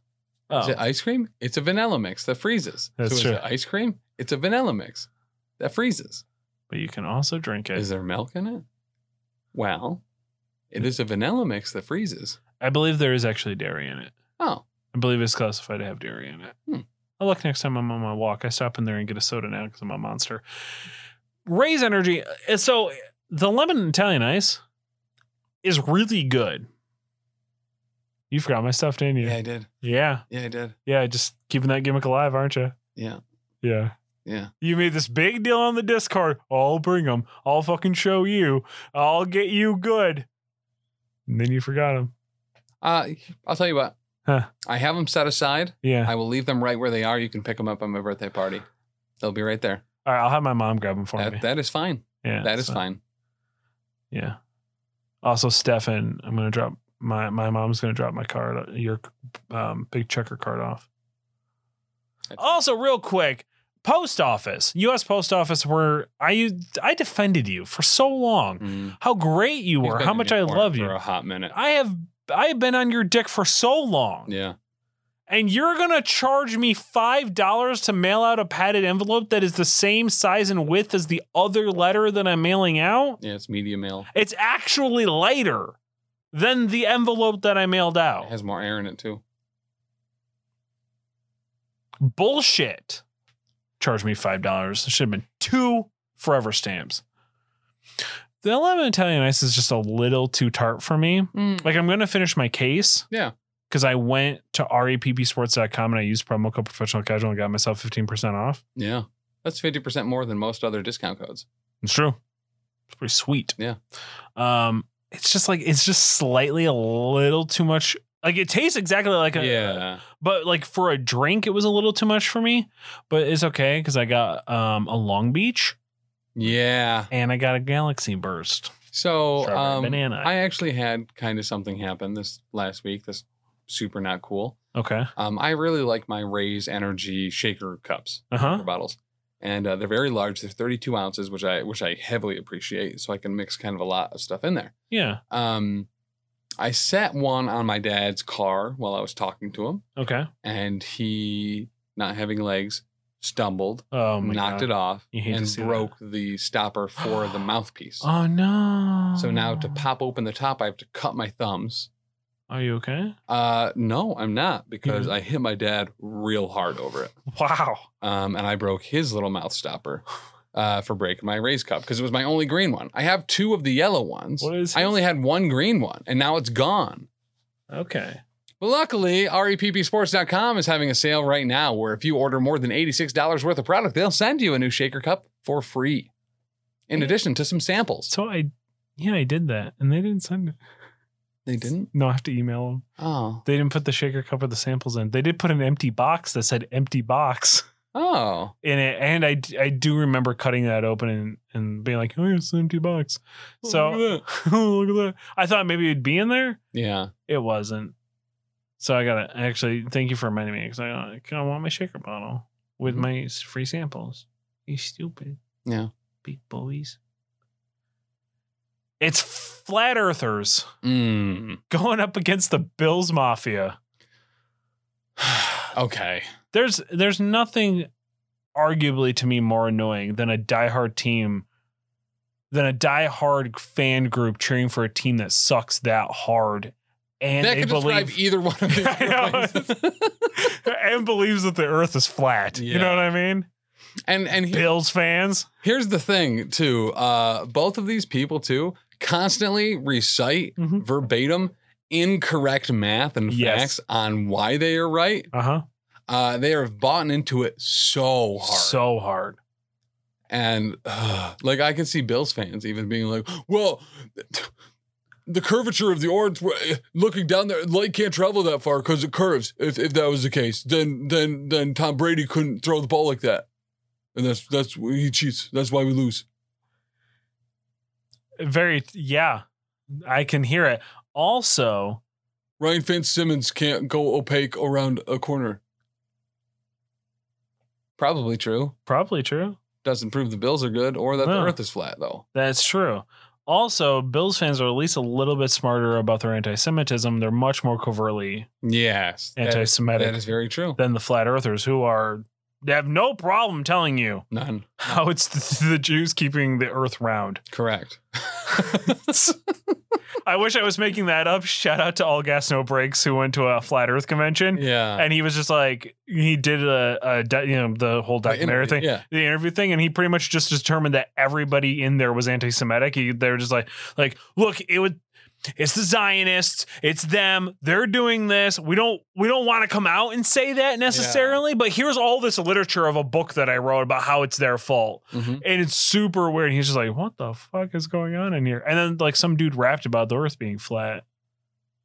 [SPEAKER 1] oh.
[SPEAKER 2] it ice cream? It's a vanilla mix that freezes.
[SPEAKER 1] That's
[SPEAKER 2] so is
[SPEAKER 1] true.
[SPEAKER 2] it ice cream? It's a vanilla mix that freezes.
[SPEAKER 1] but you can also drink it.
[SPEAKER 2] Is there milk in it? Well,
[SPEAKER 1] Mm.
[SPEAKER 2] it is a vanilla mix that freezes.
[SPEAKER 1] I believe there is actually dairy in it.
[SPEAKER 2] Oh,
[SPEAKER 1] I believe it's classified to have dairy in it.
[SPEAKER 2] Hmm.
[SPEAKER 1] I'll look next time I'm on my walk. I stop in there and get a soda now because I'm a monster. Raise energy. uh, So the lemon Italian ice, is really good. You forgot my stuff, didn't you?
[SPEAKER 2] Yeah, I did.
[SPEAKER 1] Yeah.
[SPEAKER 2] Yeah, I did.
[SPEAKER 1] Yeah. Just keeping that gimmick alive, aren't you?
[SPEAKER 2] Yeah.
[SPEAKER 1] Yeah.
[SPEAKER 2] Yeah.
[SPEAKER 1] You made this big deal on the Discord. I'll bring them. I'll fucking show you. I'll get you good. And then you forgot them.
[SPEAKER 2] Uh, I'll tell you what.
[SPEAKER 1] Huh.
[SPEAKER 2] I have them set aside.
[SPEAKER 1] Yeah.
[SPEAKER 2] I will leave them right where they are. You can pick them up at my birthday party. They'll be right there.
[SPEAKER 1] All right. I'll have my mom grab them for me.
[SPEAKER 2] That, that is fine.
[SPEAKER 1] yeah.
[SPEAKER 2] That is
[SPEAKER 1] so-
[SPEAKER 2] fine.
[SPEAKER 1] Yeah. Also, Stefan, I'm gonna drop my my mom's gonna drop my card, your um, big checker card off. Also, real quick, post office, U.S. post office, where I used, I defended you for so long,
[SPEAKER 2] Mm.
[SPEAKER 1] how great you
[SPEAKER 2] He's
[SPEAKER 1] were,
[SPEAKER 2] been
[SPEAKER 1] how
[SPEAKER 2] in
[SPEAKER 1] much
[SPEAKER 2] your
[SPEAKER 1] I
[SPEAKER 2] corner
[SPEAKER 1] love
[SPEAKER 2] for
[SPEAKER 1] you.
[SPEAKER 2] a hot minute.
[SPEAKER 1] I have I have been on your dick for so long,
[SPEAKER 2] Yeah.
[SPEAKER 1] and you're gonna charge me five dollars to mail out a padded envelope that is the same size and width as the other letter that I'm mailing out.
[SPEAKER 2] Yeah. It's media mail.
[SPEAKER 1] It's actually lighter than the envelope that I mailed
[SPEAKER 2] It
[SPEAKER 1] out.
[SPEAKER 2] has more air in it too.
[SPEAKER 1] Bullshit. Charge me five dollars. It should have been two forever stamps. The eleven Italian ice is just a little too tart for me. Like I'm gonna finish my case.
[SPEAKER 2] Yeah.
[SPEAKER 1] Because I went to reppsports.com and I used promo code professional casual and got myself 15% off.
[SPEAKER 2] Yeah. That's 50% more than most other discount codes.
[SPEAKER 1] It's true. It's pretty sweet.
[SPEAKER 2] Yeah.
[SPEAKER 1] Um, it's just like it's just slightly a little too much. Like it tastes exactly like a
[SPEAKER 2] Yeah.
[SPEAKER 1] but like for a drink it was a little too much for me but it's okay because i got um a long beach
[SPEAKER 2] Yeah.
[SPEAKER 1] and i got a galaxy burst
[SPEAKER 2] So
[SPEAKER 1] strawberry
[SPEAKER 2] um,
[SPEAKER 1] banana
[SPEAKER 2] I actually had kind of something happen this last week. That's super not cool.
[SPEAKER 1] okay
[SPEAKER 2] Um, I really like my Raise Energy shaker cups,
[SPEAKER 1] uh-huh
[SPEAKER 2] shaker bottles, and uh, they're very large. They're 32 ounces, which I which I heavily appreciate. So I can mix kind of a lot of stuff in there.
[SPEAKER 1] yeah
[SPEAKER 2] Um, I set one on my dad's car while I was talking to him,
[SPEAKER 1] okay
[SPEAKER 2] and he, not having legs, stumbled,
[SPEAKER 1] oh my
[SPEAKER 2] knocked
[SPEAKER 1] God.
[SPEAKER 2] it off,
[SPEAKER 1] You hate to
[SPEAKER 2] and
[SPEAKER 1] see that.
[SPEAKER 2] broke the stopper for the mouthpiece.
[SPEAKER 1] oh no
[SPEAKER 2] So now
[SPEAKER 1] Oh.
[SPEAKER 2] to pop open the top, I have to cut my thumbs.
[SPEAKER 1] are you okay
[SPEAKER 2] Uh, no, I'm not because I hit my dad real hard over it.
[SPEAKER 1] wow
[SPEAKER 2] Um, and I broke his little mouth stopper uh, for breaking my raise cup because it was my only green one. I have two of the yellow ones.
[SPEAKER 1] What is
[SPEAKER 2] I
[SPEAKER 1] his?
[SPEAKER 2] only had one green one and now it's gone.
[SPEAKER 1] okay
[SPEAKER 2] But luckily, E reppsports.com is having a sale right now where if you order more than $86 worth of product, they'll send you a new shaker cup for free. In addition to some samples.
[SPEAKER 1] so i yeah i did that and they didn't send it
[SPEAKER 2] They didn't?
[SPEAKER 1] no i have to email them
[SPEAKER 2] Oh.
[SPEAKER 1] they didn't put the shaker cup or the samples in they did put an empty box that said empty box
[SPEAKER 2] Oh.
[SPEAKER 1] in it, and I, d- I do remember cutting that open and, and being like, oh, it's an empty box. So oh, look at that. I thought maybe it'd be in there.
[SPEAKER 2] Yeah.
[SPEAKER 1] It wasn't. So I gotta actually thank you for reminding me because I, I kind of want my shaker bottle with my s- free samples. You stupid.
[SPEAKER 2] Yeah.
[SPEAKER 1] Big boys. It's flat earthers
[SPEAKER 2] Mm.
[SPEAKER 1] going up against the Bills Mafia.
[SPEAKER 2] okay.
[SPEAKER 1] there's there's nothing arguably to me more annoying than a diehard team than a diehard fan group cheering for a team that sucks that hard and
[SPEAKER 2] that
[SPEAKER 1] they
[SPEAKER 2] could describe
[SPEAKER 1] believe
[SPEAKER 2] either one of these.
[SPEAKER 1] I know.
[SPEAKER 2] places.
[SPEAKER 1] and believes that the earth is flat. You know
[SPEAKER 2] Yeah.
[SPEAKER 1] what I mean?
[SPEAKER 2] and and he-
[SPEAKER 1] Bills fans.
[SPEAKER 2] here's the thing too. Uh, both of these people too constantly recite
[SPEAKER 1] Mhm.
[SPEAKER 2] verbatim incorrect math and
[SPEAKER 1] Yes.
[SPEAKER 2] facts on why they are right.
[SPEAKER 1] Uh-huh.
[SPEAKER 2] Uh, they are bought into it so hard.
[SPEAKER 1] So hard.
[SPEAKER 2] and uh, like I can see Bills fans even being like, "Well." the curvature of the orange, uh, looking down there, light can't travel that far because it curves. If, if that was the case, then then then Tom Brady couldn't throw the ball like that, and that's that's why he cheats. That's why we lose.
[SPEAKER 1] Very yeah. I can hear it. Also,
[SPEAKER 2] Ryan Fitzsimmons can't go opaque around a corner. Probably true.
[SPEAKER 1] probably true.
[SPEAKER 2] Doesn't prove the Bills are good or that
[SPEAKER 1] No.
[SPEAKER 2] the Earth is flat, though.
[SPEAKER 1] That's true. Also, Bills fans are at least a little bit smarter about their anti Semitism. They're much more covertly
[SPEAKER 2] Yes,
[SPEAKER 1] anti
[SPEAKER 2] that
[SPEAKER 1] Semitic
[SPEAKER 2] is very true.
[SPEAKER 1] than the flat earthers, who are, they have no problem telling you
[SPEAKER 2] None
[SPEAKER 1] how it's the, the Jews keeping the earth round.
[SPEAKER 2] correct.
[SPEAKER 1] I wish I was making that up. Shout out to All Gas No Breaks, who went to a flat earth convention.
[SPEAKER 2] Yeah,
[SPEAKER 1] And he was just like, he did a, a di- you know, the whole
[SPEAKER 2] Like,
[SPEAKER 1] documentary thing.
[SPEAKER 2] Yeah,
[SPEAKER 1] the interview thing, and he pretty much just determined that everybody in there was anti-Semitic. He, they were just like, like, look, it would. it's the Zionists, it's them, they're doing this. We don't we don't want to come out and say that necessarily, but here's all this literature of a book that I wrote about how it's their fault.
[SPEAKER 2] Mhm.
[SPEAKER 1] And it's super weird. And he's just like, what the fuck is going on in here? And then like some dude rapped about the earth being flat.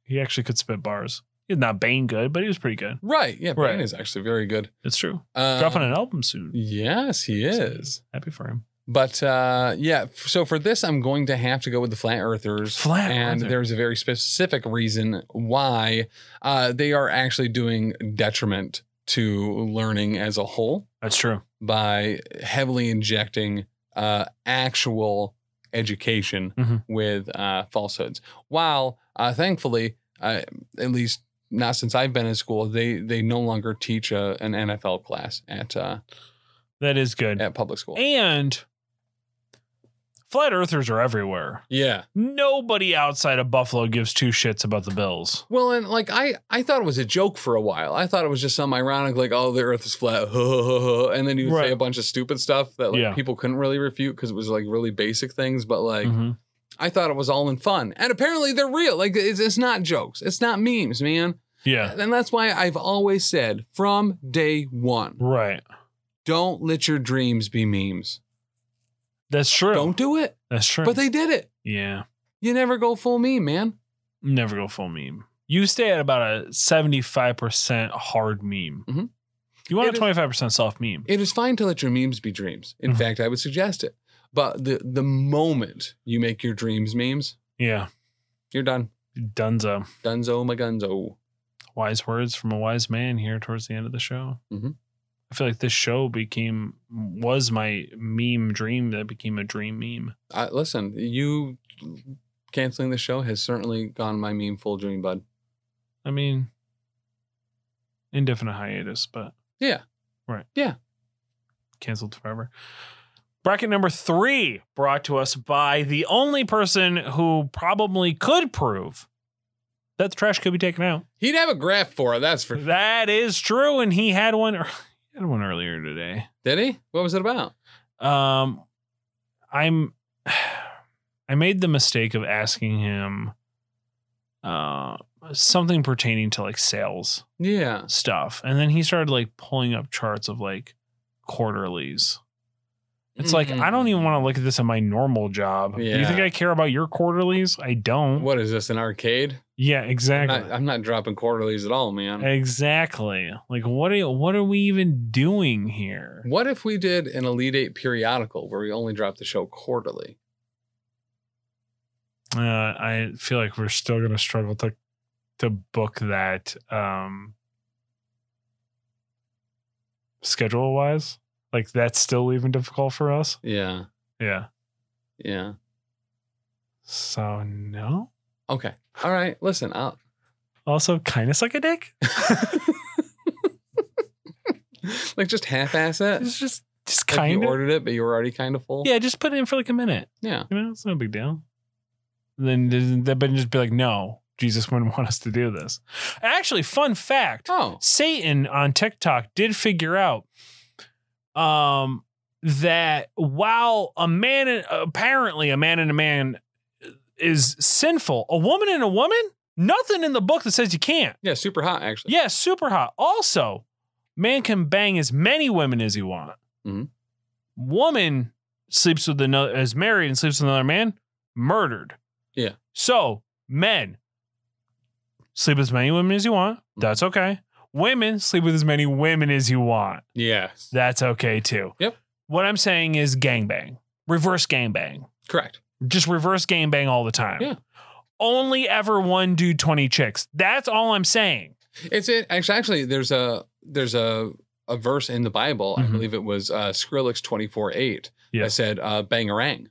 [SPEAKER 1] He actually could spit bars. He's not Bane good, but he was pretty good.
[SPEAKER 2] Right. Yeah. Brain
[SPEAKER 1] Right.
[SPEAKER 2] is actually very good.
[SPEAKER 1] It's true.
[SPEAKER 2] Um,
[SPEAKER 1] Dropping an album soon.
[SPEAKER 2] Yes, he is.
[SPEAKER 1] Happy for him.
[SPEAKER 2] But uh, yeah, f- so for this, I'm going to have to go with the flat earthers.
[SPEAKER 1] Flat
[SPEAKER 2] and
[SPEAKER 1] Earther.
[SPEAKER 2] there's a very specific reason why uh, they are actually doing detriment to learning as a whole
[SPEAKER 1] That's true.
[SPEAKER 2] by heavily injecting uh, actual education
[SPEAKER 1] Mhm.
[SPEAKER 2] with uh, falsehoods. While uh, thankfully, uh, at least not since I've been in school, they they no longer teach a, an NFL class at uh,
[SPEAKER 1] That is good.
[SPEAKER 2] at public school.
[SPEAKER 1] And flat earthers are everywhere.
[SPEAKER 2] yeah.
[SPEAKER 1] Nobody outside of Buffalo gives two shits about the Bills.
[SPEAKER 2] Well, and like I, I thought it was a joke for a while. I thought it was just some ironic, like, oh, the Earth is flat, and then you would
[SPEAKER 1] Right.
[SPEAKER 2] say a bunch of stupid stuff that like
[SPEAKER 1] Yeah.
[SPEAKER 2] people couldn't really refute because it was like really basic things. But like, I thought it was all in fun, and apparently they're real. Like, it's, it's not jokes, it's not memes, man.
[SPEAKER 1] Yeah.
[SPEAKER 2] And that's why I've always said from day one,
[SPEAKER 1] Right.
[SPEAKER 2] don't let your dreams be memes.
[SPEAKER 1] That's true.
[SPEAKER 2] Don't do it.
[SPEAKER 1] That's true.
[SPEAKER 2] But they did it.
[SPEAKER 1] yeah.
[SPEAKER 2] You never go full meme, man.
[SPEAKER 1] Never go full meme. You stay at about a 75% hard meme.
[SPEAKER 2] Mhm.
[SPEAKER 1] You want
[SPEAKER 2] It
[SPEAKER 1] a
[SPEAKER 2] is-
[SPEAKER 1] 25% soft meme.
[SPEAKER 2] It is fine to let your memes be dreams. In
[SPEAKER 1] Mhm.
[SPEAKER 2] fact, I would suggest it. But the the moment you make your dreams memes,
[SPEAKER 1] yeah.
[SPEAKER 2] you're done.
[SPEAKER 1] Dunzo.
[SPEAKER 2] Dunzo my gunzo.
[SPEAKER 1] Wise words from a wise man here towards the end of the show.
[SPEAKER 2] Mhm.
[SPEAKER 1] I feel like this show became, was my meme dream that became a dream meme.
[SPEAKER 2] I, listen, you canceling the show has certainly gone my meme full dream, bud.
[SPEAKER 1] I mean, indefinite hiatus, but
[SPEAKER 2] Yeah.
[SPEAKER 1] right,
[SPEAKER 2] Yeah.
[SPEAKER 1] canceled forever. Bracket number three brought to us by the only person who probably could prove that the trash could be taken out.
[SPEAKER 2] He'd have a graph for it, that's for
[SPEAKER 1] That is true, and he had one. ear- he had one earlier today.
[SPEAKER 2] Did he? What was it about?
[SPEAKER 1] Um, I'm. I made the mistake of asking him uh, something pertaining to like sales
[SPEAKER 2] Yeah.
[SPEAKER 1] stuff. And then he started like pulling up charts of like quarterlies. It's like, I don't
[SPEAKER 2] Hmm.
[SPEAKER 1] even want to look at this in my normal job. Do you think
[SPEAKER 2] Mm. Yeah.
[SPEAKER 1] I care about your quarterlies? I don't.
[SPEAKER 2] What is this, an arcade?
[SPEAKER 1] Yeah,
[SPEAKER 2] I'm
[SPEAKER 1] exactly.
[SPEAKER 2] not, um, I'm not dropping quarterlies at all, man.
[SPEAKER 1] exactly. Like what are what are we even doing here?
[SPEAKER 2] What if we did an Elite Eight periodical where we only drop the show quarterly?
[SPEAKER 1] Uh, I feel like we're still gonna struggle to to book that um schedule wise. Like that's still even difficult for us.
[SPEAKER 2] Yeah.
[SPEAKER 1] Yeah.
[SPEAKER 2] Yeah.
[SPEAKER 1] So no.
[SPEAKER 2] Okay. All right. Listen, I'll,
[SPEAKER 1] also kind of suck a dick.
[SPEAKER 2] like just half-ass it.
[SPEAKER 1] It's just just
[SPEAKER 2] Like
[SPEAKER 1] kind
[SPEAKER 2] you
[SPEAKER 1] of
[SPEAKER 2] ordered it, but you were already kind of full.
[SPEAKER 1] yeah. Just put it in for like a minute.
[SPEAKER 2] Yeah.
[SPEAKER 1] You know, it's no big deal. Then then- then just be like, no, Jesus wouldn't want us to do this. Actually, fun fact:
[SPEAKER 2] Oh.
[SPEAKER 1] Satan on TikTok did figure out, um, that while a man and, apparently a man and a man is sinful, a woman and a woman, nothing in the book that says you can't.
[SPEAKER 2] Yeah. Super hot, actually.
[SPEAKER 1] Yeah, super hot. Also, man can bang as many women as he want.
[SPEAKER 2] Mhm.
[SPEAKER 1] Woman sleeps with another is married and sleeps with another man, murdered.
[SPEAKER 2] Yeah.
[SPEAKER 1] So men sleep with as many women as you want.
[SPEAKER 2] Mm-hmm.
[SPEAKER 1] That's okay. Women sleep with as many women as you want.
[SPEAKER 2] Yes.
[SPEAKER 1] That's okay too.
[SPEAKER 2] Yep.
[SPEAKER 1] What I'm saying is gangbang, reverse gangbang,
[SPEAKER 2] Correct.
[SPEAKER 1] just reverse gangbang all the time.
[SPEAKER 2] Yeah.
[SPEAKER 1] Only ever one dude, twenty chicks. That's all I'm saying.
[SPEAKER 2] It's it. Actually, actually, there's a there's a a verse in the Bible. I
[SPEAKER 1] Mhm.
[SPEAKER 2] believe it was uh, Skrillex twenty four eight.
[SPEAKER 1] Yeah.
[SPEAKER 2] That said, uh, bangarang.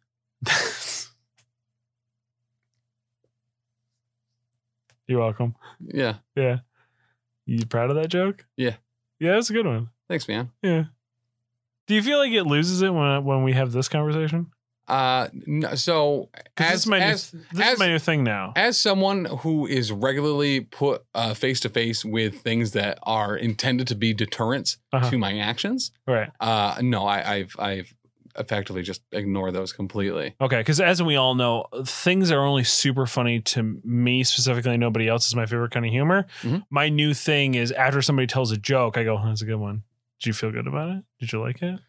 [SPEAKER 1] You're welcome.
[SPEAKER 2] Yeah.
[SPEAKER 1] Yeah. You proud of that joke?
[SPEAKER 2] Yeah.
[SPEAKER 1] Yeah, that's a good one.
[SPEAKER 2] Thanks, man.
[SPEAKER 1] Yeah. Do you feel like it loses it when when we have this conversation?
[SPEAKER 2] Uh, n- so
[SPEAKER 1] 'Cause
[SPEAKER 2] as
[SPEAKER 1] this is my
[SPEAKER 2] as
[SPEAKER 1] new, this
[SPEAKER 2] as-
[SPEAKER 1] is my new thing now.
[SPEAKER 2] as someone who is regularly put uh, face to face with things that are intended to be deterrents
[SPEAKER 1] Uh-huh.
[SPEAKER 2] to my actions,
[SPEAKER 1] Right.
[SPEAKER 2] uh, no, I, I've I've effectively just ignore those completely.
[SPEAKER 1] Okay, because as we all know, things are only super funny to me specifically. Nobody else is my favorite kind of humor.
[SPEAKER 2] Mhm.
[SPEAKER 1] My new thing is after somebody tells a joke, I go, "Huh, "That's a good one." Did you feel good about it? Did you like it?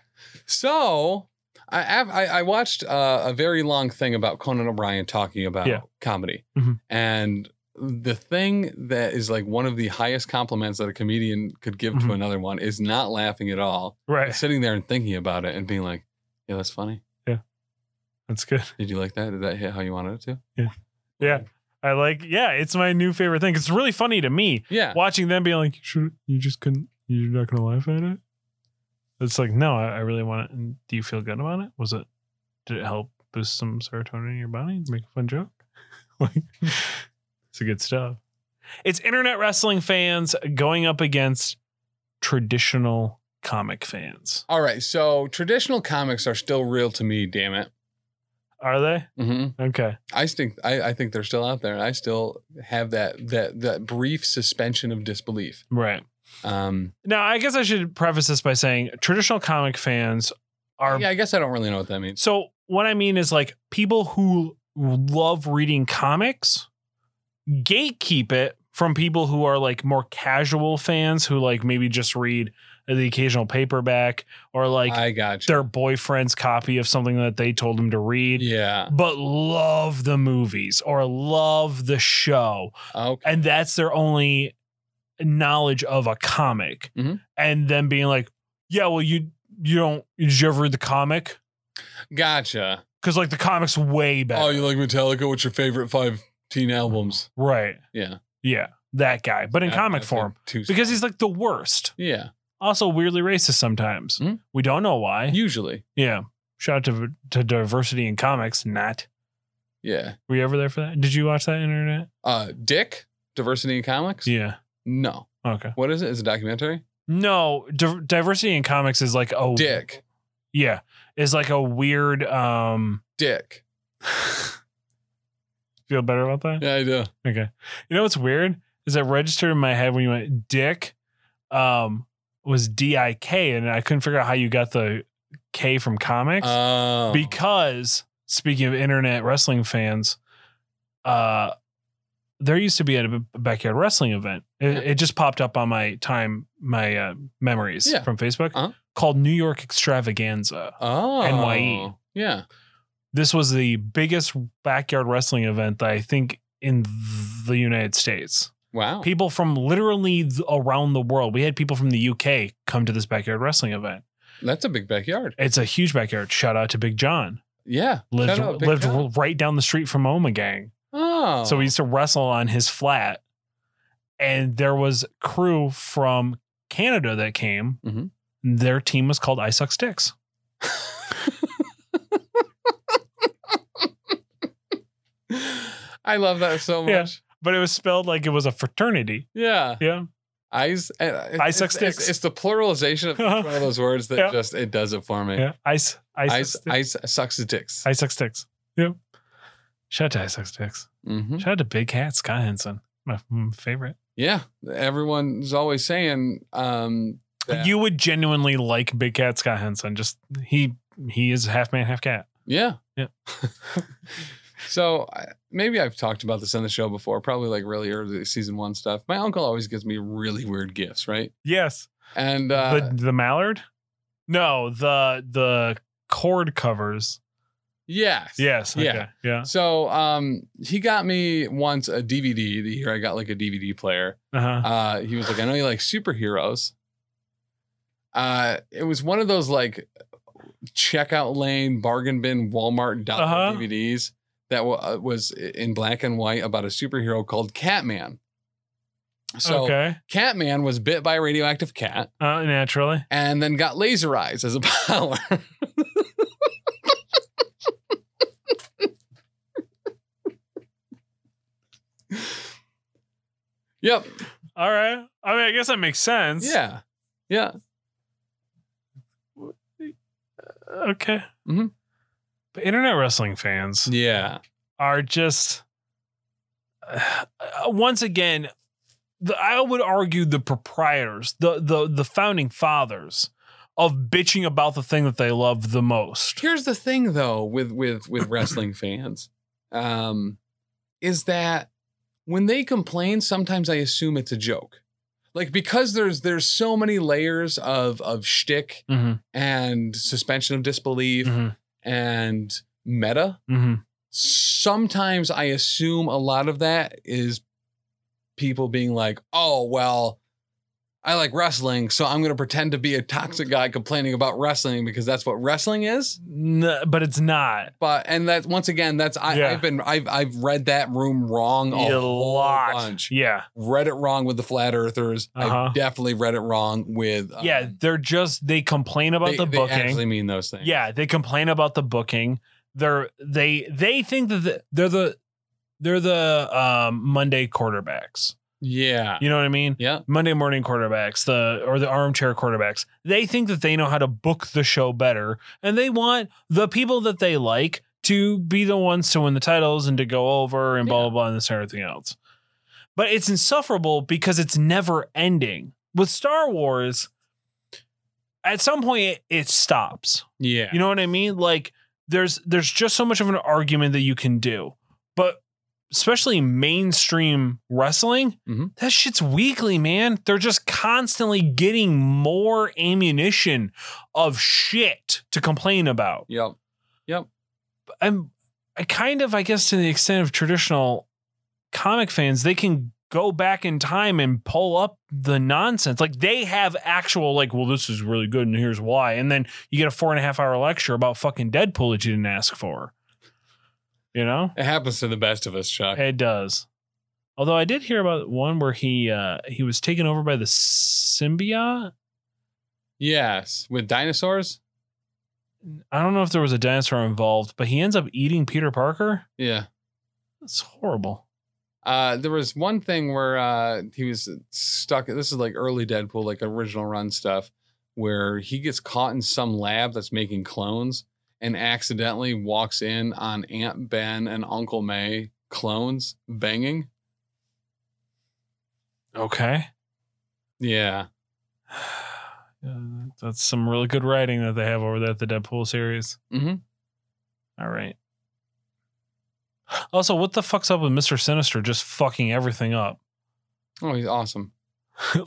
[SPEAKER 2] So I have, I, I watched uh, a very long thing about Conan O'Brien talking about
[SPEAKER 1] Yeah.
[SPEAKER 2] comedy,
[SPEAKER 1] Mhm.
[SPEAKER 2] and the thing that is like one of the highest compliments that a comedian could give
[SPEAKER 1] Mhm.
[SPEAKER 2] to another one is not laughing at all,
[SPEAKER 1] Right.
[SPEAKER 2] sitting there and thinking about it and being like, "Yeah, that's funny.
[SPEAKER 1] That's good.
[SPEAKER 2] Did you like that? Did that hit how you wanted it to?"
[SPEAKER 1] Yeah. I like. Yeah, it's my new favorite thing. It's really funny to me
[SPEAKER 2] Yeah.
[SPEAKER 1] watching them being like, "You should you just couldn't? You're not gonna laugh at it?" It's like, no, I, I really want it. And do you feel good about it? Was it? Did it help boost some serotonin in your body? Make a fun joke. like, it's a good stuff. It's internet wrestling fans going up against traditional comic fans.
[SPEAKER 2] All right. So traditional comics are still real to me. Damn it.
[SPEAKER 1] Are they
[SPEAKER 2] hmm
[SPEAKER 1] okay?
[SPEAKER 2] I think I, I think they're still out there, and I still have that that that brief suspension of disbelief.
[SPEAKER 1] Right.
[SPEAKER 2] Um,
[SPEAKER 1] Now, I guess I should preface this by saying traditional comic fans are
[SPEAKER 2] yeah, I guess I don't really know what that means.
[SPEAKER 1] So what I mean is like people who love reading comics gatekeep it from people who are like more casual fans who like maybe just read the occasional paperback or like
[SPEAKER 2] I got you.
[SPEAKER 1] their boyfriend's copy of something that they told them to read.
[SPEAKER 2] Yeah.
[SPEAKER 1] But love the movies or love the show
[SPEAKER 2] Okay.
[SPEAKER 1] and that's their only knowledge of a comic
[SPEAKER 2] Mhm.
[SPEAKER 1] and then being like yeah well you you don't did you ever read the comic
[SPEAKER 2] Gotcha.
[SPEAKER 1] because like the comic's way better
[SPEAKER 2] Oh, you like Metallica? What's your favorite five teen albums?
[SPEAKER 1] right
[SPEAKER 2] Yeah.
[SPEAKER 1] yeah that guy but in
[SPEAKER 2] Yeah,
[SPEAKER 1] comic
[SPEAKER 2] that's
[SPEAKER 1] form
[SPEAKER 2] like two
[SPEAKER 1] because
[SPEAKER 2] songs.
[SPEAKER 1] he's like the worst
[SPEAKER 2] yeah,
[SPEAKER 1] also weirdly racist sometimes
[SPEAKER 2] Mhm.
[SPEAKER 1] we don't know why
[SPEAKER 2] usually
[SPEAKER 1] yeah shout out to, to diversity in comics not
[SPEAKER 2] yeah.
[SPEAKER 1] were you ever there for that did you watch that internet
[SPEAKER 2] Uh, Dick diversity in comics.
[SPEAKER 1] yeah
[SPEAKER 2] No,
[SPEAKER 1] okay
[SPEAKER 2] what is it? Is it a documentary?
[SPEAKER 1] no di- diversity in comics is like oh
[SPEAKER 2] Dick,
[SPEAKER 1] yeah is like a weird um
[SPEAKER 2] Dick.
[SPEAKER 1] Feel better about that?
[SPEAKER 2] Yeah, I do.
[SPEAKER 1] Okay. You know what's weird is that registered in my head when you went dick, um, was D I K, and I couldn't figure out how you got the K from comics
[SPEAKER 2] Oh,
[SPEAKER 1] because speaking of internet wrestling fans, uh, there used to be a b- backyard wrestling event. It,
[SPEAKER 2] Yeah.
[SPEAKER 1] it just popped up on my time, my uh, memories
[SPEAKER 2] Yeah.
[SPEAKER 1] from Facebook
[SPEAKER 2] Uh-huh.
[SPEAKER 1] called New York Extravaganza.
[SPEAKER 2] oh,
[SPEAKER 1] NYE.
[SPEAKER 2] Yeah,
[SPEAKER 1] this was the biggest backyard wrestling event I think in the United States.
[SPEAKER 2] wow.
[SPEAKER 1] People from literally th- around the world. We had people from the UK come to this backyard wrestling event.
[SPEAKER 2] That's a big backyard.
[SPEAKER 1] It's a huge backyard. Shout out to Big John.
[SPEAKER 2] Yeah,
[SPEAKER 1] Lived
[SPEAKER 2] Shout out, Big
[SPEAKER 1] lived
[SPEAKER 2] John.
[SPEAKER 1] r- right down the street from Oma Gang.
[SPEAKER 2] Oh,
[SPEAKER 1] So we used to wrestle on his flat. And there was crew from Canada that came.
[SPEAKER 2] Mhm.
[SPEAKER 1] Their team was called I Suck Sticks.
[SPEAKER 2] I love that so
[SPEAKER 1] Yeah.
[SPEAKER 2] much.
[SPEAKER 1] But it was spelled like it was a fraternity.
[SPEAKER 2] Yeah.
[SPEAKER 1] Yeah.
[SPEAKER 2] Ice. uh, it-
[SPEAKER 1] Ice
[SPEAKER 2] it's,
[SPEAKER 1] sucks
[SPEAKER 2] it's-
[SPEAKER 1] dicks.
[SPEAKER 2] It's the pluralization of each one of those words that
[SPEAKER 1] Yeah.
[SPEAKER 2] just it does it for me.
[SPEAKER 1] Yeah. Ice Ice,
[SPEAKER 2] Ice,
[SPEAKER 1] Sticks.
[SPEAKER 2] ice sucks the dicks.
[SPEAKER 1] I suck sticks. Yep. Shout out to I suck sticks.
[SPEAKER 2] hmm
[SPEAKER 1] Shout out to Big Cat Scott Henson, my mm, favorite.
[SPEAKER 2] Yeah, everyone's always saying um, that-
[SPEAKER 1] You would genuinely like Big Cat Scott Henson. Just he he is half man, half cat.
[SPEAKER 2] Yeah.
[SPEAKER 1] Yeah.
[SPEAKER 2] so I- maybe I've talked about this on the show before, probably like really early season one stuff. My uncle always gives me really weird gifts, right?
[SPEAKER 1] Yes.
[SPEAKER 2] And uh,
[SPEAKER 1] the the mallard? No, the the cord covers.
[SPEAKER 2] yes.
[SPEAKER 1] Yes.
[SPEAKER 2] Yeah.
[SPEAKER 1] okay, Yeah.
[SPEAKER 2] So um, he got me once a DVD the year I got like a DVD player.
[SPEAKER 1] Uh-huh.
[SPEAKER 2] Uh, he was like, I know you like superheroes. Uh, it was one of those like checkout lane, bargain bin, Walmart dollar
[SPEAKER 1] Uh-huh.
[SPEAKER 2] DVDs that w- uh, was in black and white about a superhero called Catman. So
[SPEAKER 1] okay.
[SPEAKER 2] Catman was bit by a radioactive cat
[SPEAKER 1] Uh, naturally.
[SPEAKER 2] and then got laser eyes as a power. yep.
[SPEAKER 1] All right. I mean, I guess that makes sense.
[SPEAKER 2] Yeah. Yeah.
[SPEAKER 1] Okay.
[SPEAKER 2] Mhm.
[SPEAKER 1] But internet wrestling fans.
[SPEAKER 2] Yeah.
[SPEAKER 1] are just uh, once again the, I would argue the proprietors the the the founding fathers of bitching about the thing that they love the most.
[SPEAKER 2] Here's the thing though with with with wrestling fans. Um is that when they complain sometimes I assume it's a joke. Like because there's there's so many layers of of shtick
[SPEAKER 1] Mm-hmm.
[SPEAKER 2] and suspension of disbelief
[SPEAKER 1] Mm-hmm.
[SPEAKER 2] and meta,
[SPEAKER 1] Mm-hmm.
[SPEAKER 2] sometimes I assume a lot of that is people being like, oh, well, I like wrestling, so I'm going to pretend to be a toxic guy complaining about wrestling because that's what wrestling is.
[SPEAKER 1] No, but it's not.
[SPEAKER 2] But and that once again, that's I,
[SPEAKER 1] Yeah.
[SPEAKER 2] I've been I've I've read that room wrong a,
[SPEAKER 1] a
[SPEAKER 2] whole
[SPEAKER 1] lot.
[SPEAKER 2] bunch.
[SPEAKER 1] Yeah.
[SPEAKER 2] Read it wrong with the flat earthers.
[SPEAKER 1] Uh-huh.
[SPEAKER 2] I've definitely read it wrong with um,
[SPEAKER 1] yeah. They're just, they complain about
[SPEAKER 2] they,
[SPEAKER 1] the
[SPEAKER 2] they
[SPEAKER 1] booking.
[SPEAKER 2] actually mean those things.
[SPEAKER 1] Yeah, they complain about the booking. They're they they think that the, they're the they're the um, Monday quarterbacks.
[SPEAKER 2] yeah,
[SPEAKER 1] You know what I mean?
[SPEAKER 2] yeah.
[SPEAKER 1] Monday morning quarterbacks, the or the armchair quarterbacks. They think that they know how to book the show better, and they want the people that they like to be the ones to win the titles and to go over and blah blah
[SPEAKER 2] Yeah.
[SPEAKER 1] blah and this and everything else. But it's insufferable because it's never ending. With Star Wars, at some point it, it stops.
[SPEAKER 2] yeah.
[SPEAKER 1] You know what I mean? Like there's there's just so much of an argument that you can do. But especially mainstream wrestling,
[SPEAKER 2] Mhm.
[SPEAKER 1] that shit's weekly, man. They're just constantly getting more ammunition of shit to complain about.
[SPEAKER 2] yep.
[SPEAKER 1] I'm I kind of, I guess to the extent of traditional comic fans, they can go back in time and pull up the nonsense. Like they have actual, like, well, this is really good and here's why. And then you get a four and a half hour lecture about fucking Deadpool that you didn't ask for. You know?
[SPEAKER 2] It happens to the best of us, Chuck.
[SPEAKER 1] It does. Although I did hear about one where he uh he was taken over by the symbiote.
[SPEAKER 2] Yes, with dinosaurs.
[SPEAKER 1] I don't know if there was a dinosaur involved, but he ends up eating Peter Parker.
[SPEAKER 2] Yeah.
[SPEAKER 1] It's horrible.
[SPEAKER 2] Uh, there was one thing where uh, he was stuck. This is like early Deadpool, like original run stuff, where he gets caught in some lab that's making clones and accidentally walks in on Aunt Ben and Uncle May clones banging.
[SPEAKER 1] Okay.
[SPEAKER 2] Yeah.
[SPEAKER 1] Uh, that's some really good writing that they have over there at the Deadpool series.
[SPEAKER 2] Mm-hmm.
[SPEAKER 1] All right. Also, what the fuck's up with Mr. Sinister just fucking everything up?
[SPEAKER 2] Oh, he's awesome.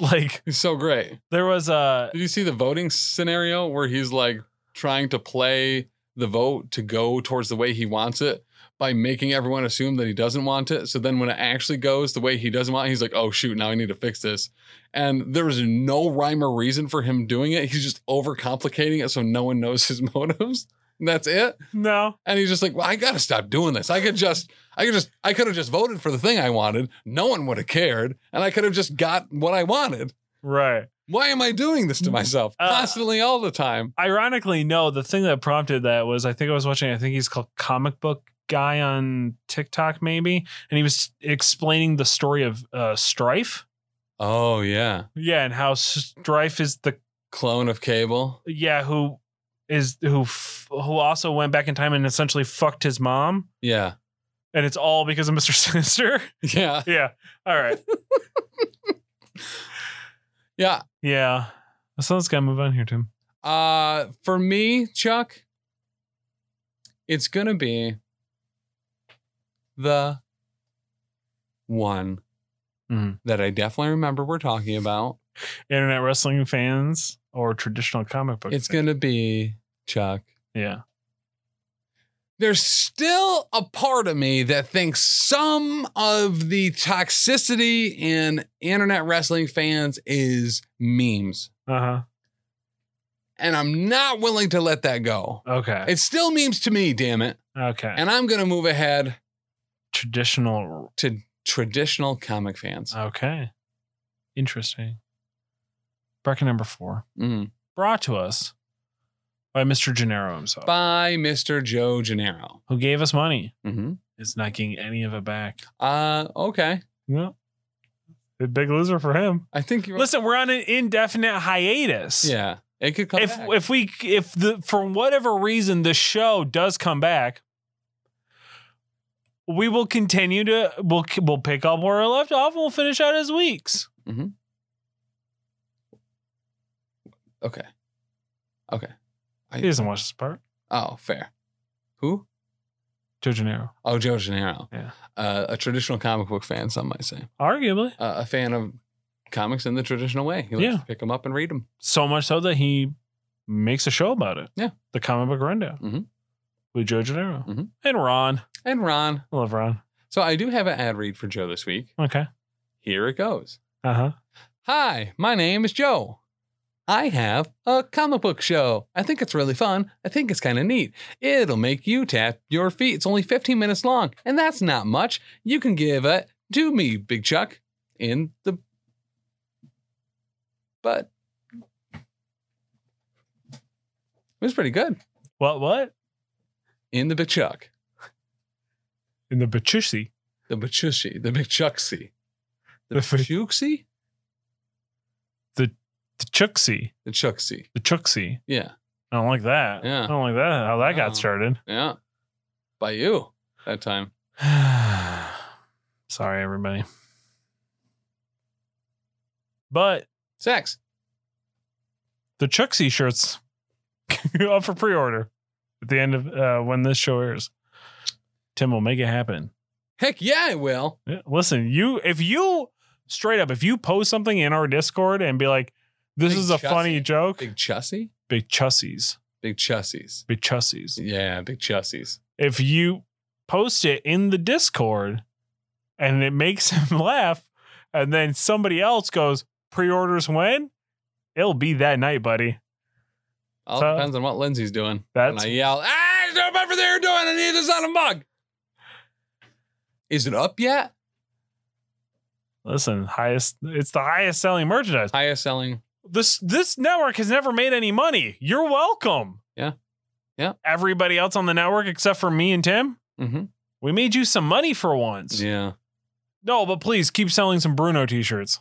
[SPEAKER 1] like,
[SPEAKER 2] He's so great.
[SPEAKER 1] there was uh, a.
[SPEAKER 2] Did you see the voting scenario where he's like trying to play the vote to go towards the way he wants it by making everyone assume that he doesn't want it? So then when it actually goes the way he doesn't want it, he's like, oh shoot, now I need to fix this. And there was no rhyme or reason for him doing it. He's just overcomplicating it so no one knows his motives. And That's it.
[SPEAKER 1] No.
[SPEAKER 2] And he's just like, well, I gotta stop doing this. I could just, I could just, I could have just voted for the thing I wanted. No one would have cared. And I could have just got what I wanted.
[SPEAKER 1] Right.
[SPEAKER 2] Why am I doing this to myself
[SPEAKER 1] Uh,
[SPEAKER 2] constantly all the time?
[SPEAKER 1] Ironically, no. The thing that prompted that was I think I was watching, I think he's called Comic Book Guy on TikTok, maybe. And he was explaining the story of uh, Strife.
[SPEAKER 2] Oh yeah,
[SPEAKER 1] Yeah. And how Strife is the
[SPEAKER 2] clone of Cable.
[SPEAKER 1] yeah who is who f- who also went back in time and essentially fucked his mom
[SPEAKER 2] Yeah,
[SPEAKER 1] and it's all because of mr sinister
[SPEAKER 2] yeah,
[SPEAKER 1] yeah all right
[SPEAKER 2] yeah.
[SPEAKER 1] yeah so let's gotta move on here tim
[SPEAKER 2] Uh, for me, Chuck, it's gonna be the one
[SPEAKER 1] Mhm.
[SPEAKER 2] that I definitely remember we're talking about.
[SPEAKER 1] internet wrestling fans or traditional comic book
[SPEAKER 2] It's
[SPEAKER 1] fans.
[SPEAKER 2] gonna be Chuck.
[SPEAKER 1] yeah
[SPEAKER 2] there's still a part of me that thinks some of the toxicity in internet wrestling fans is memes.
[SPEAKER 1] uh-huh
[SPEAKER 2] And I'm not willing to let that go.
[SPEAKER 1] okay
[SPEAKER 2] It's still memes to me, damn it.
[SPEAKER 1] okay
[SPEAKER 2] And I'm going to move ahead
[SPEAKER 1] traditional
[SPEAKER 2] to traditional comic fans.
[SPEAKER 1] Uh, okay interesting bracket number four
[SPEAKER 2] Mm.
[SPEAKER 1] brought to us by mr gennaro himself
[SPEAKER 2] By Mr. Joe Gennaro.
[SPEAKER 1] who gave us money
[SPEAKER 2] Mm-hmm.
[SPEAKER 1] is not getting any of it back
[SPEAKER 2] Uh, okay.
[SPEAKER 1] yeah a big loser for him
[SPEAKER 2] I think you're
[SPEAKER 1] Listen, we're on an indefinite hiatus.
[SPEAKER 2] Yeah. It could come
[SPEAKER 1] If
[SPEAKER 2] back.
[SPEAKER 1] if we if the for whatever reason the show does come back, we will continue to we'll we'll pick up where we left off and we'll finish out as weeks.
[SPEAKER 2] okay. Okay.
[SPEAKER 1] He doesn't watch this part.
[SPEAKER 2] Oh, fair. Who?
[SPEAKER 1] Joe Gennaro.
[SPEAKER 2] Oh, Joe Gennaro.
[SPEAKER 1] Yeah.
[SPEAKER 2] Uh, a traditional comic book fan, some might say.
[SPEAKER 1] Arguably.
[SPEAKER 2] Uh, a fan of comics in the traditional way. He likes
[SPEAKER 1] Yeah.
[SPEAKER 2] to pick them up and read them.
[SPEAKER 1] So much so that he makes a show about it.
[SPEAKER 2] Yeah.
[SPEAKER 1] The comic book rundown.
[SPEAKER 2] Mhm.
[SPEAKER 1] With Joe Gennaro.
[SPEAKER 2] Mhm.
[SPEAKER 1] And Ron.
[SPEAKER 2] And Ron.
[SPEAKER 1] I love Ron.
[SPEAKER 2] So I do have an ad read for Joe this week.
[SPEAKER 1] Okay.
[SPEAKER 2] Here it goes.
[SPEAKER 1] Uh huh.
[SPEAKER 2] Hi, my name is Joe. I have a comic book show. I think it's really fun. I think it's kind of neat. It'll make you tap your feet. It's only 15 minutes long, and that's not much. You can give it to me, Big Chuck, in the butt. It was pretty good.
[SPEAKER 1] What? What?
[SPEAKER 2] In the Big Chuck.
[SPEAKER 1] In the Bachusi.
[SPEAKER 2] The Bachushi. The Big Chucksy. The
[SPEAKER 1] The fa-
[SPEAKER 2] Chucksy?
[SPEAKER 1] The Chucksy.
[SPEAKER 2] The Chucksy.
[SPEAKER 1] The Chucksy.
[SPEAKER 2] Yeah.
[SPEAKER 1] I don't like that.
[SPEAKER 2] Yeah.
[SPEAKER 1] I don't like that. How that
[SPEAKER 2] No.
[SPEAKER 1] got started.
[SPEAKER 2] Yeah. By you that time.
[SPEAKER 1] Sorry, everybody. But
[SPEAKER 2] Sex.
[SPEAKER 1] the Chucksy shirts up for pre-order at the end of uh, when this show airs. Tim will make it happen.
[SPEAKER 2] Heck yeah, it will.
[SPEAKER 1] Yeah, Listen, you if you straight up if you post something in our Discord and be like, "This
[SPEAKER 2] Big
[SPEAKER 1] is a
[SPEAKER 2] Chussy.
[SPEAKER 1] funny joke," big,
[SPEAKER 2] Big Chussy?
[SPEAKER 1] Chussies,
[SPEAKER 2] Big Chussies.
[SPEAKER 1] big Chussies.
[SPEAKER 2] Yeah, big Chussies.
[SPEAKER 1] If you post it in the Discord and it makes him laugh, and then somebody else goes, "Pre-orders when?" It'll be that night, buddy.
[SPEAKER 2] All
[SPEAKER 1] So-
[SPEAKER 2] depends on what Lindsay's doing. and
[SPEAKER 1] That's
[SPEAKER 2] I yell, ah, there's no over there doing. I need this on a mug. Is it up yet?
[SPEAKER 1] listen, highest. It's the highest selling merchandise.
[SPEAKER 2] Highest selling.
[SPEAKER 1] this this network has never made any money. You're welcome.
[SPEAKER 2] Yeah. Yeah.
[SPEAKER 1] Everybody else on the network except for me and Tim,
[SPEAKER 2] Mm-hmm.
[SPEAKER 1] we made you some money for once.
[SPEAKER 2] Yeah.
[SPEAKER 1] No, but please keep selling some Bruno t-shirts.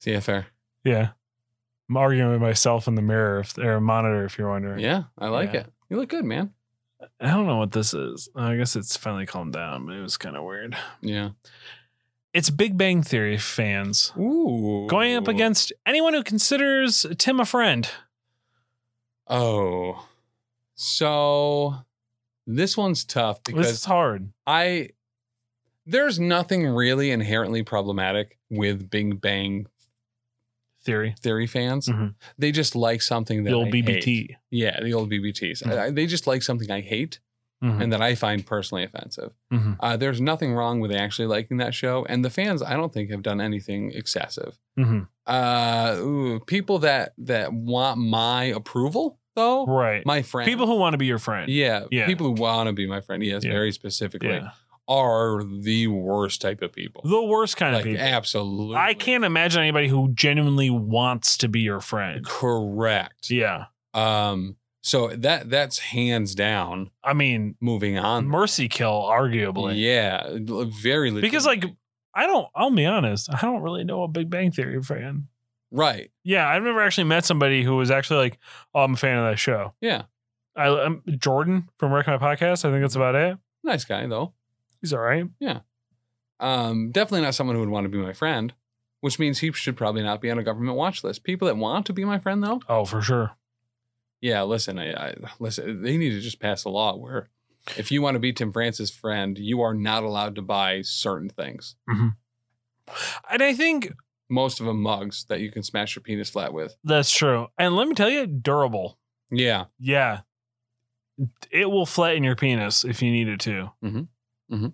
[SPEAKER 2] See, yeah, fair.
[SPEAKER 1] Yeah. I'm arguing with myself in the mirror if, or monitor if you're wondering.
[SPEAKER 2] Yeah, I like
[SPEAKER 1] Yeah.
[SPEAKER 2] it. You look good, man.
[SPEAKER 1] I don't know what this is. I guess it's finally calmed down, but it was kind of weird.
[SPEAKER 2] Yeah.
[SPEAKER 1] It's Big Bang Theory fans
[SPEAKER 2] Ooh.
[SPEAKER 1] going up against anyone who considers Tim a friend.
[SPEAKER 2] Oh. So this one's tough because
[SPEAKER 1] This is hard.
[SPEAKER 2] I there's nothing really inherently problematic with Big Bang
[SPEAKER 1] Theory.
[SPEAKER 2] Theory fans.
[SPEAKER 1] Mhm.
[SPEAKER 2] They just like something that
[SPEAKER 1] The old
[SPEAKER 2] I
[SPEAKER 1] BBT.
[SPEAKER 2] hate. Yeah, the old BBTs.
[SPEAKER 1] Mhm.
[SPEAKER 2] I- I- they just like something I hate
[SPEAKER 1] Mhm.
[SPEAKER 2] and that I find personally offensive.
[SPEAKER 1] Mhm.
[SPEAKER 2] Uh, there's nothing wrong with actually liking that show, and the fans I don't think have done anything excessive.
[SPEAKER 1] Mhm.
[SPEAKER 2] Uh, ooh, people that that want my approval though,
[SPEAKER 1] Right.
[SPEAKER 2] my friend,
[SPEAKER 1] People who want to be your friend.
[SPEAKER 2] yeah,
[SPEAKER 1] Yeah.
[SPEAKER 2] people who want to be my friend, yes,
[SPEAKER 1] Yeah.
[SPEAKER 2] very specifically,
[SPEAKER 1] Yeah.
[SPEAKER 2] are the worst type of people.
[SPEAKER 1] The worst kind
[SPEAKER 2] like
[SPEAKER 1] of people.
[SPEAKER 2] absolutely,
[SPEAKER 1] I can't imagine anybody who genuinely wants to be your friend.
[SPEAKER 2] correct.
[SPEAKER 1] Yeah.
[SPEAKER 2] Um, so that that's hands down.
[SPEAKER 1] I mean,
[SPEAKER 2] Moving on.
[SPEAKER 1] mercy kill, arguably.
[SPEAKER 2] Yeah, l- very legit.
[SPEAKER 1] Because, like, I don't, I'll be honest, I don't really know a Big Bang Theory fan.
[SPEAKER 2] right,
[SPEAKER 1] Yeah. I've never actually met somebody who was actually like, oh, I'm a fan of that show.
[SPEAKER 2] Yeah.
[SPEAKER 1] I, I'm Jordan from Wreck My Podcast. I think that's about it.
[SPEAKER 2] nice guy though.
[SPEAKER 1] He's all right.
[SPEAKER 2] Um, definitely not someone who would want to be my friend, which means he should probably not be on a government watch list. People that want to be my friend though,
[SPEAKER 1] Oh, for sure.
[SPEAKER 2] yeah, listen, I, I listen. They need to just pass a law where if you want to be Tim Francis' friend, you are not allowed to buy certain things.
[SPEAKER 1] And I think
[SPEAKER 2] Most of them mugs that you can smash your penis flat with.
[SPEAKER 1] that's true. And let me tell you, durable.
[SPEAKER 2] Yeah.
[SPEAKER 1] Yeah. It will flatten your penis if you need it to.
[SPEAKER 2] Mhm.
[SPEAKER 1] Mm-hmm.
[SPEAKER 2] Mhm.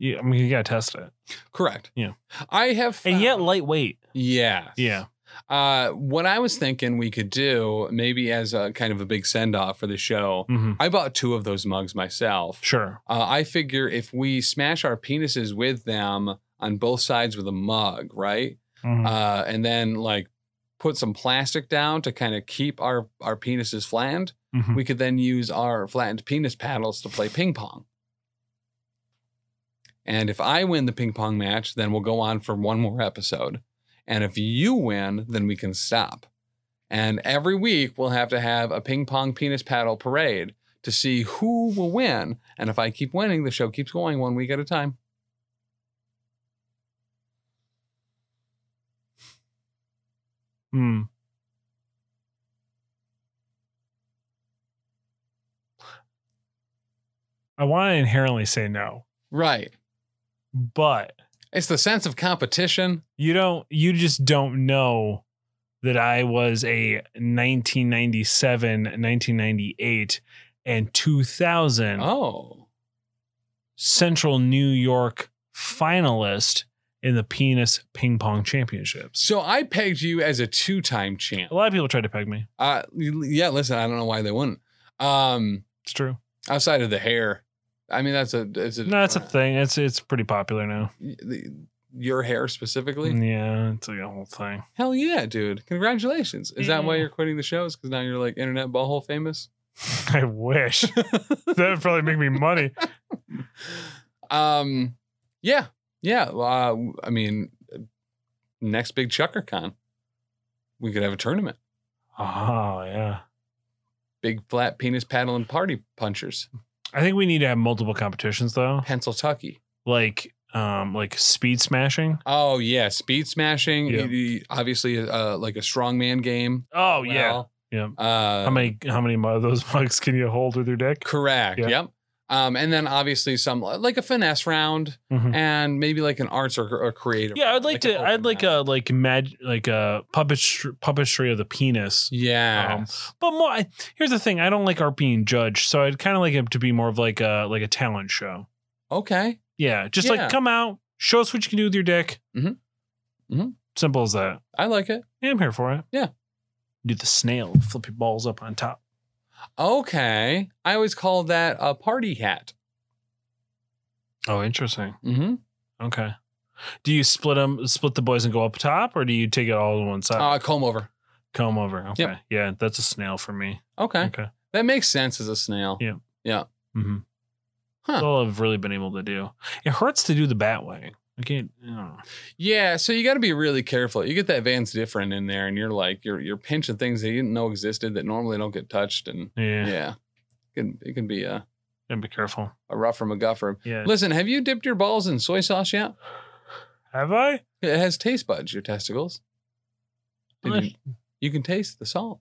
[SPEAKER 1] Yeah, I mean, you got to test it.
[SPEAKER 2] Correct.
[SPEAKER 1] Yeah.
[SPEAKER 2] I have
[SPEAKER 1] And yet,
[SPEAKER 2] found-
[SPEAKER 1] lightweight.
[SPEAKER 2] yeah.
[SPEAKER 1] Yeah.
[SPEAKER 2] Uh, what I was thinking we could do, maybe as a kind of a big send off for the show,
[SPEAKER 1] hmm
[SPEAKER 2] I bought two of those mugs myself.
[SPEAKER 1] Sure.
[SPEAKER 2] Uh, I figure if we smash our penises with them on both sides with a mug, right?
[SPEAKER 1] Mhm.
[SPEAKER 2] Uh, and then like put some plastic down to kind of keep our, our penises flattened,
[SPEAKER 1] Mhm.
[SPEAKER 2] we could then use our flattened penis paddles to play ping pong. And if I win the ping pong match, then we'll go on for one more episode. And if you win, then we can stop. And every week we'll have to have a ping pong penis paddle parade to see who will win. And if I keep winning, the show keeps going one week at a time.
[SPEAKER 1] Mm. I want to inherently say no,
[SPEAKER 2] Right.
[SPEAKER 1] but
[SPEAKER 2] It's the sense of competition.
[SPEAKER 1] you don't you just don't know that I was a 1997, 1998 and 2000
[SPEAKER 2] Oh.
[SPEAKER 1] Central New York finalist in the penis ping pong championships.
[SPEAKER 2] So I pegged you as a two time champ.
[SPEAKER 1] A lot of people tried to peg me.
[SPEAKER 2] Uh, yeah, listen, I don't know why they wouldn't. Um,
[SPEAKER 1] It's true.
[SPEAKER 2] outside of the hair, I mean, that's a, it's a uh,
[SPEAKER 1] No, it's a thing. It's it's pretty popular now.
[SPEAKER 2] the- your hair specifically.
[SPEAKER 1] Mm. Yeah, it's like a whole thing.
[SPEAKER 2] Hell yeah, dude! Congratulations. Is that why
[SPEAKER 1] Yeah.
[SPEAKER 2] you're quitting the shows? Because now you're like internet butthole famous.
[SPEAKER 1] I wish that would probably make me money.
[SPEAKER 2] Um, yeah, yeah. Uh, I mean, next big Chucker Con, we could have a tournament.
[SPEAKER 1] Oh yeah.
[SPEAKER 2] Big flat penis paddling party punchers,
[SPEAKER 1] I think we need to have multiple competitions though.
[SPEAKER 2] pencil tucky.
[SPEAKER 1] Like um like speed smashing.
[SPEAKER 2] Oh yeah, speed smashing.
[SPEAKER 1] Yeah.
[SPEAKER 2] y- y- Obviously, uh, like a strongman game.
[SPEAKER 1] Oh Yeah. Um,
[SPEAKER 2] yeah. Uh,
[SPEAKER 1] How many how many of those mugs can you hold with your dick?
[SPEAKER 2] Correct.
[SPEAKER 1] Yeah.
[SPEAKER 2] Yep. Um, and then obviously some uh, like a finesse round
[SPEAKER 1] Mhm.
[SPEAKER 2] and maybe like an arts or, or creative.
[SPEAKER 1] Yeah, I'd
[SPEAKER 2] round,
[SPEAKER 1] like
[SPEAKER 2] an
[SPEAKER 1] to.
[SPEAKER 2] open
[SPEAKER 1] I'd like uh,
[SPEAKER 2] round.
[SPEAKER 1] a like mag like a puppetry puppetry of the penis.
[SPEAKER 2] yeah.
[SPEAKER 1] But more, I, here's the thing: I don't like art being judged, so I'd kind of like it to be more of like a like a talent show.
[SPEAKER 2] okay.
[SPEAKER 1] Yeah, just
[SPEAKER 2] Yeah.
[SPEAKER 1] like come out, show us what you can do with your dick.
[SPEAKER 2] Mhm. Mhm.
[SPEAKER 1] Simple as that.
[SPEAKER 2] I like it.
[SPEAKER 1] Yeah, I'm here for it.
[SPEAKER 2] Yeah.
[SPEAKER 1] Do the snail, flip your balls up on top.
[SPEAKER 2] Okay. I always call that a party hat.
[SPEAKER 1] Oh, interesting.
[SPEAKER 2] Mm-hmm.
[SPEAKER 1] Okay. Do you split them, split the boys and go up top, or do you take it all to one side?
[SPEAKER 2] Uh, comb over.
[SPEAKER 1] Comb over. Okay.
[SPEAKER 2] Yep.
[SPEAKER 1] Yeah, that's a snail for me.
[SPEAKER 2] Okay.
[SPEAKER 1] Okay.
[SPEAKER 2] That makes sense as a snail.
[SPEAKER 1] Yeah. Mm-hmm.
[SPEAKER 2] Huh.
[SPEAKER 1] That's all I've really been able to do. It hurts to do the bat way. I can't. I don't know.
[SPEAKER 2] Yeah, so you got to be really careful. You get that Vans different in there, and you're like you're you're pinching things that you didn't know existed that normally don't get touched, and
[SPEAKER 1] Yeah.
[SPEAKER 2] yeah,
[SPEAKER 1] yeah.
[SPEAKER 2] it can it can be a
[SPEAKER 1] Gotta be careful.
[SPEAKER 2] a rougher McGuffer.
[SPEAKER 1] Yeah.
[SPEAKER 2] Listen, have you dipped your balls in soy sauce yet?
[SPEAKER 1] Have I?
[SPEAKER 2] It has taste buds, your testicles. Did
[SPEAKER 1] Well,
[SPEAKER 2] you, you can taste the salt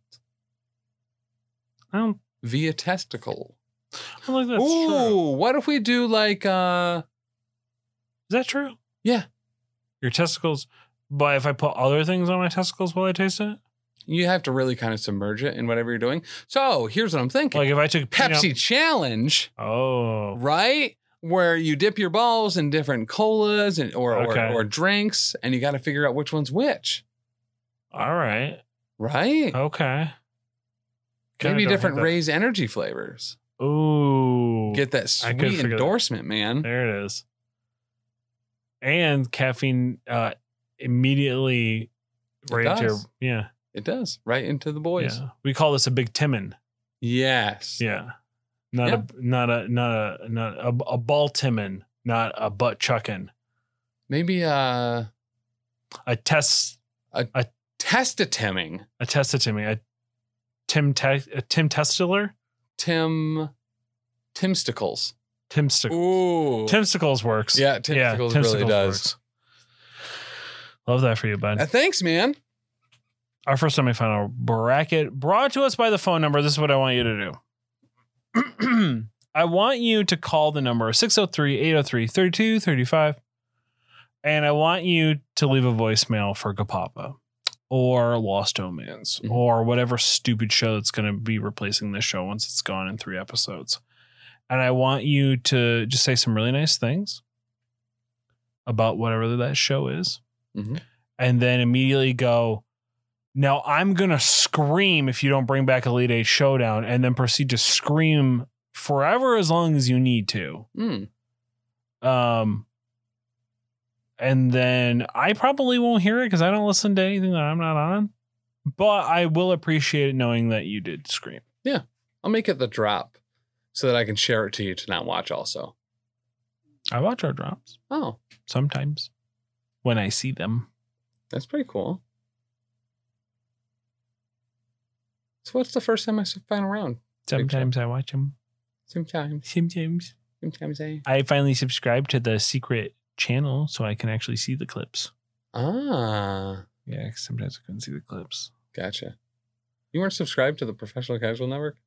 [SPEAKER 1] I don't.
[SPEAKER 2] via testicle.
[SPEAKER 1] I don't think that's
[SPEAKER 2] Ooh,
[SPEAKER 1] true. Is
[SPEAKER 2] what if we do like uh
[SPEAKER 1] that true?
[SPEAKER 2] Yeah.
[SPEAKER 1] Your testicles. But if I put other things on my testicles, will I taste it?
[SPEAKER 2] you have to really kind of submerge it in whatever you're doing. So here's what I'm thinking.
[SPEAKER 1] Like if I took peanut-
[SPEAKER 2] Pepsi challenge,
[SPEAKER 1] Oh.
[SPEAKER 2] right? Where you dip your balls in different colas and or
[SPEAKER 1] Okay.
[SPEAKER 2] or, or drinks and you gotta figure out which one's which.
[SPEAKER 1] All right.
[SPEAKER 2] Right?
[SPEAKER 1] Okay. Kinda
[SPEAKER 2] Maybe
[SPEAKER 1] don't
[SPEAKER 2] different
[SPEAKER 1] hate
[SPEAKER 2] raise energy flavors.
[SPEAKER 1] that. Ooh.
[SPEAKER 2] Get that
[SPEAKER 1] I could
[SPEAKER 2] sweet
[SPEAKER 1] figure that-
[SPEAKER 2] endorsement, man.
[SPEAKER 1] there it is. And caffeine uh immediately
[SPEAKER 2] It
[SPEAKER 1] right into your,
[SPEAKER 2] does.
[SPEAKER 1] yeah.
[SPEAKER 2] It does. Right into the boys.
[SPEAKER 1] Yeah. We call this a big Timon.
[SPEAKER 2] Yes.
[SPEAKER 1] Yeah. Not
[SPEAKER 2] Yeah.
[SPEAKER 1] a not a not a not a, a ball Timon, not a butt chucking.
[SPEAKER 2] Maybe uh
[SPEAKER 1] A test
[SPEAKER 2] testatiming.
[SPEAKER 1] a testatimony. A Tim te- a Tim Testicular?
[SPEAKER 2] Tim Timsticles.
[SPEAKER 1] Tim Stick
[SPEAKER 2] Ooh.
[SPEAKER 1] Timsticles works.
[SPEAKER 2] yeah, Timsticles really
[SPEAKER 1] Timsticles
[SPEAKER 2] does.
[SPEAKER 1] Love that for you, bud.
[SPEAKER 2] Uh, thanks, man.
[SPEAKER 1] our first semifinal bracket brought to us by the phone number. This is what I want you to do. I want you to call the number 603 803 3235. And I want you to leave a voicemail for Gapapa or Lost Omens
[SPEAKER 2] Mhm.
[SPEAKER 1] or whatever stupid show that's going to be replacing this show once it's gone in three episodes. And I want you to just say some really nice things about whatever that show is.
[SPEAKER 2] Mhm.
[SPEAKER 1] And then immediately go, now I'm gonna scream if you don't bring back Elite Eight Showdown, and then proceed to scream forever as long as you need to.
[SPEAKER 2] Mm.
[SPEAKER 1] Um, and then I probably won't hear it because I don't listen to anything that I'm not on. But I will appreciate it knowing that you did scream.
[SPEAKER 2] I'll make it the drop so that I can share it to you to not watch also.
[SPEAKER 1] I watch our drops
[SPEAKER 2] Oh,
[SPEAKER 1] sometimes when I see them.
[SPEAKER 2] that's pretty cool. So what's the first time I s- final round?
[SPEAKER 1] Sometimes I watch them.
[SPEAKER 2] Sometimes.
[SPEAKER 1] Sometimes
[SPEAKER 2] Sometimes I
[SPEAKER 1] I finally subscribe to the secret channel so I can actually see the clips.
[SPEAKER 2] Ah.
[SPEAKER 1] Yeah, 'cause sometimes I couldn't see the clips.
[SPEAKER 2] Gotcha. You weren't subscribed to the Professional Casual Network?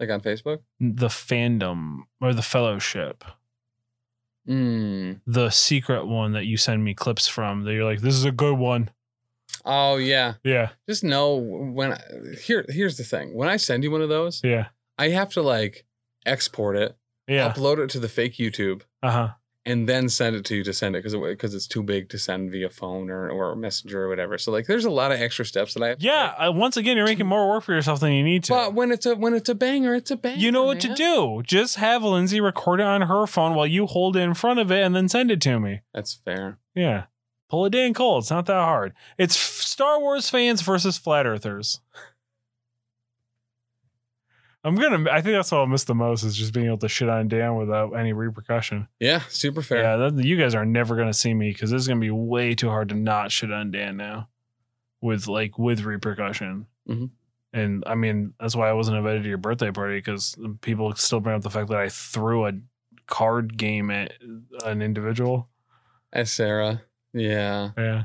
[SPEAKER 2] Like on Facebook?
[SPEAKER 1] the fandom or the fellowship,
[SPEAKER 2] Mm.
[SPEAKER 1] the secret one that you send me clips from that you're like, this is a good one.
[SPEAKER 2] Oh yeah.
[SPEAKER 1] Yeah.
[SPEAKER 2] Just know when I, here here's the thing. When I send you one of those,
[SPEAKER 1] Yeah.
[SPEAKER 2] I have to like export it,
[SPEAKER 1] Yeah.
[SPEAKER 2] upload it to the fake YouTube,
[SPEAKER 1] Uh huh.
[SPEAKER 2] and then send it to you to send it because because it's too big to send via phone or or messenger or whatever. So like there's a lot of extra steps that I have to
[SPEAKER 1] Yeah.
[SPEAKER 2] take.
[SPEAKER 1] I, once again, you're making more work for yourself than you need to.
[SPEAKER 2] But when it's a when it's a banger, it's a banger.
[SPEAKER 1] you know what to
[SPEAKER 2] man.
[SPEAKER 1] do. Just have Lindsay record it on her phone while you hold it in front of it and then send it to me.
[SPEAKER 2] That's fair.
[SPEAKER 1] Yeah. Pull a Dan Cole. It's not that hard. It's f- Star Wars fans versus flat earthers. I'm gonna. I think that's what I'll miss the most is just being able to shit on Dan without any repercussion.
[SPEAKER 2] Yeah, super fair.
[SPEAKER 1] Yeah, that, you guys are never gonna see me because it's gonna be way too hard to not shit on Dan now, with like with repercussion.
[SPEAKER 2] Mhm.
[SPEAKER 1] And I mean that's why I wasn't invited to your birthday party because people still bring up the fact that I threw a card game at an individual.
[SPEAKER 2] As Sarah. Yeah.
[SPEAKER 1] Yeah.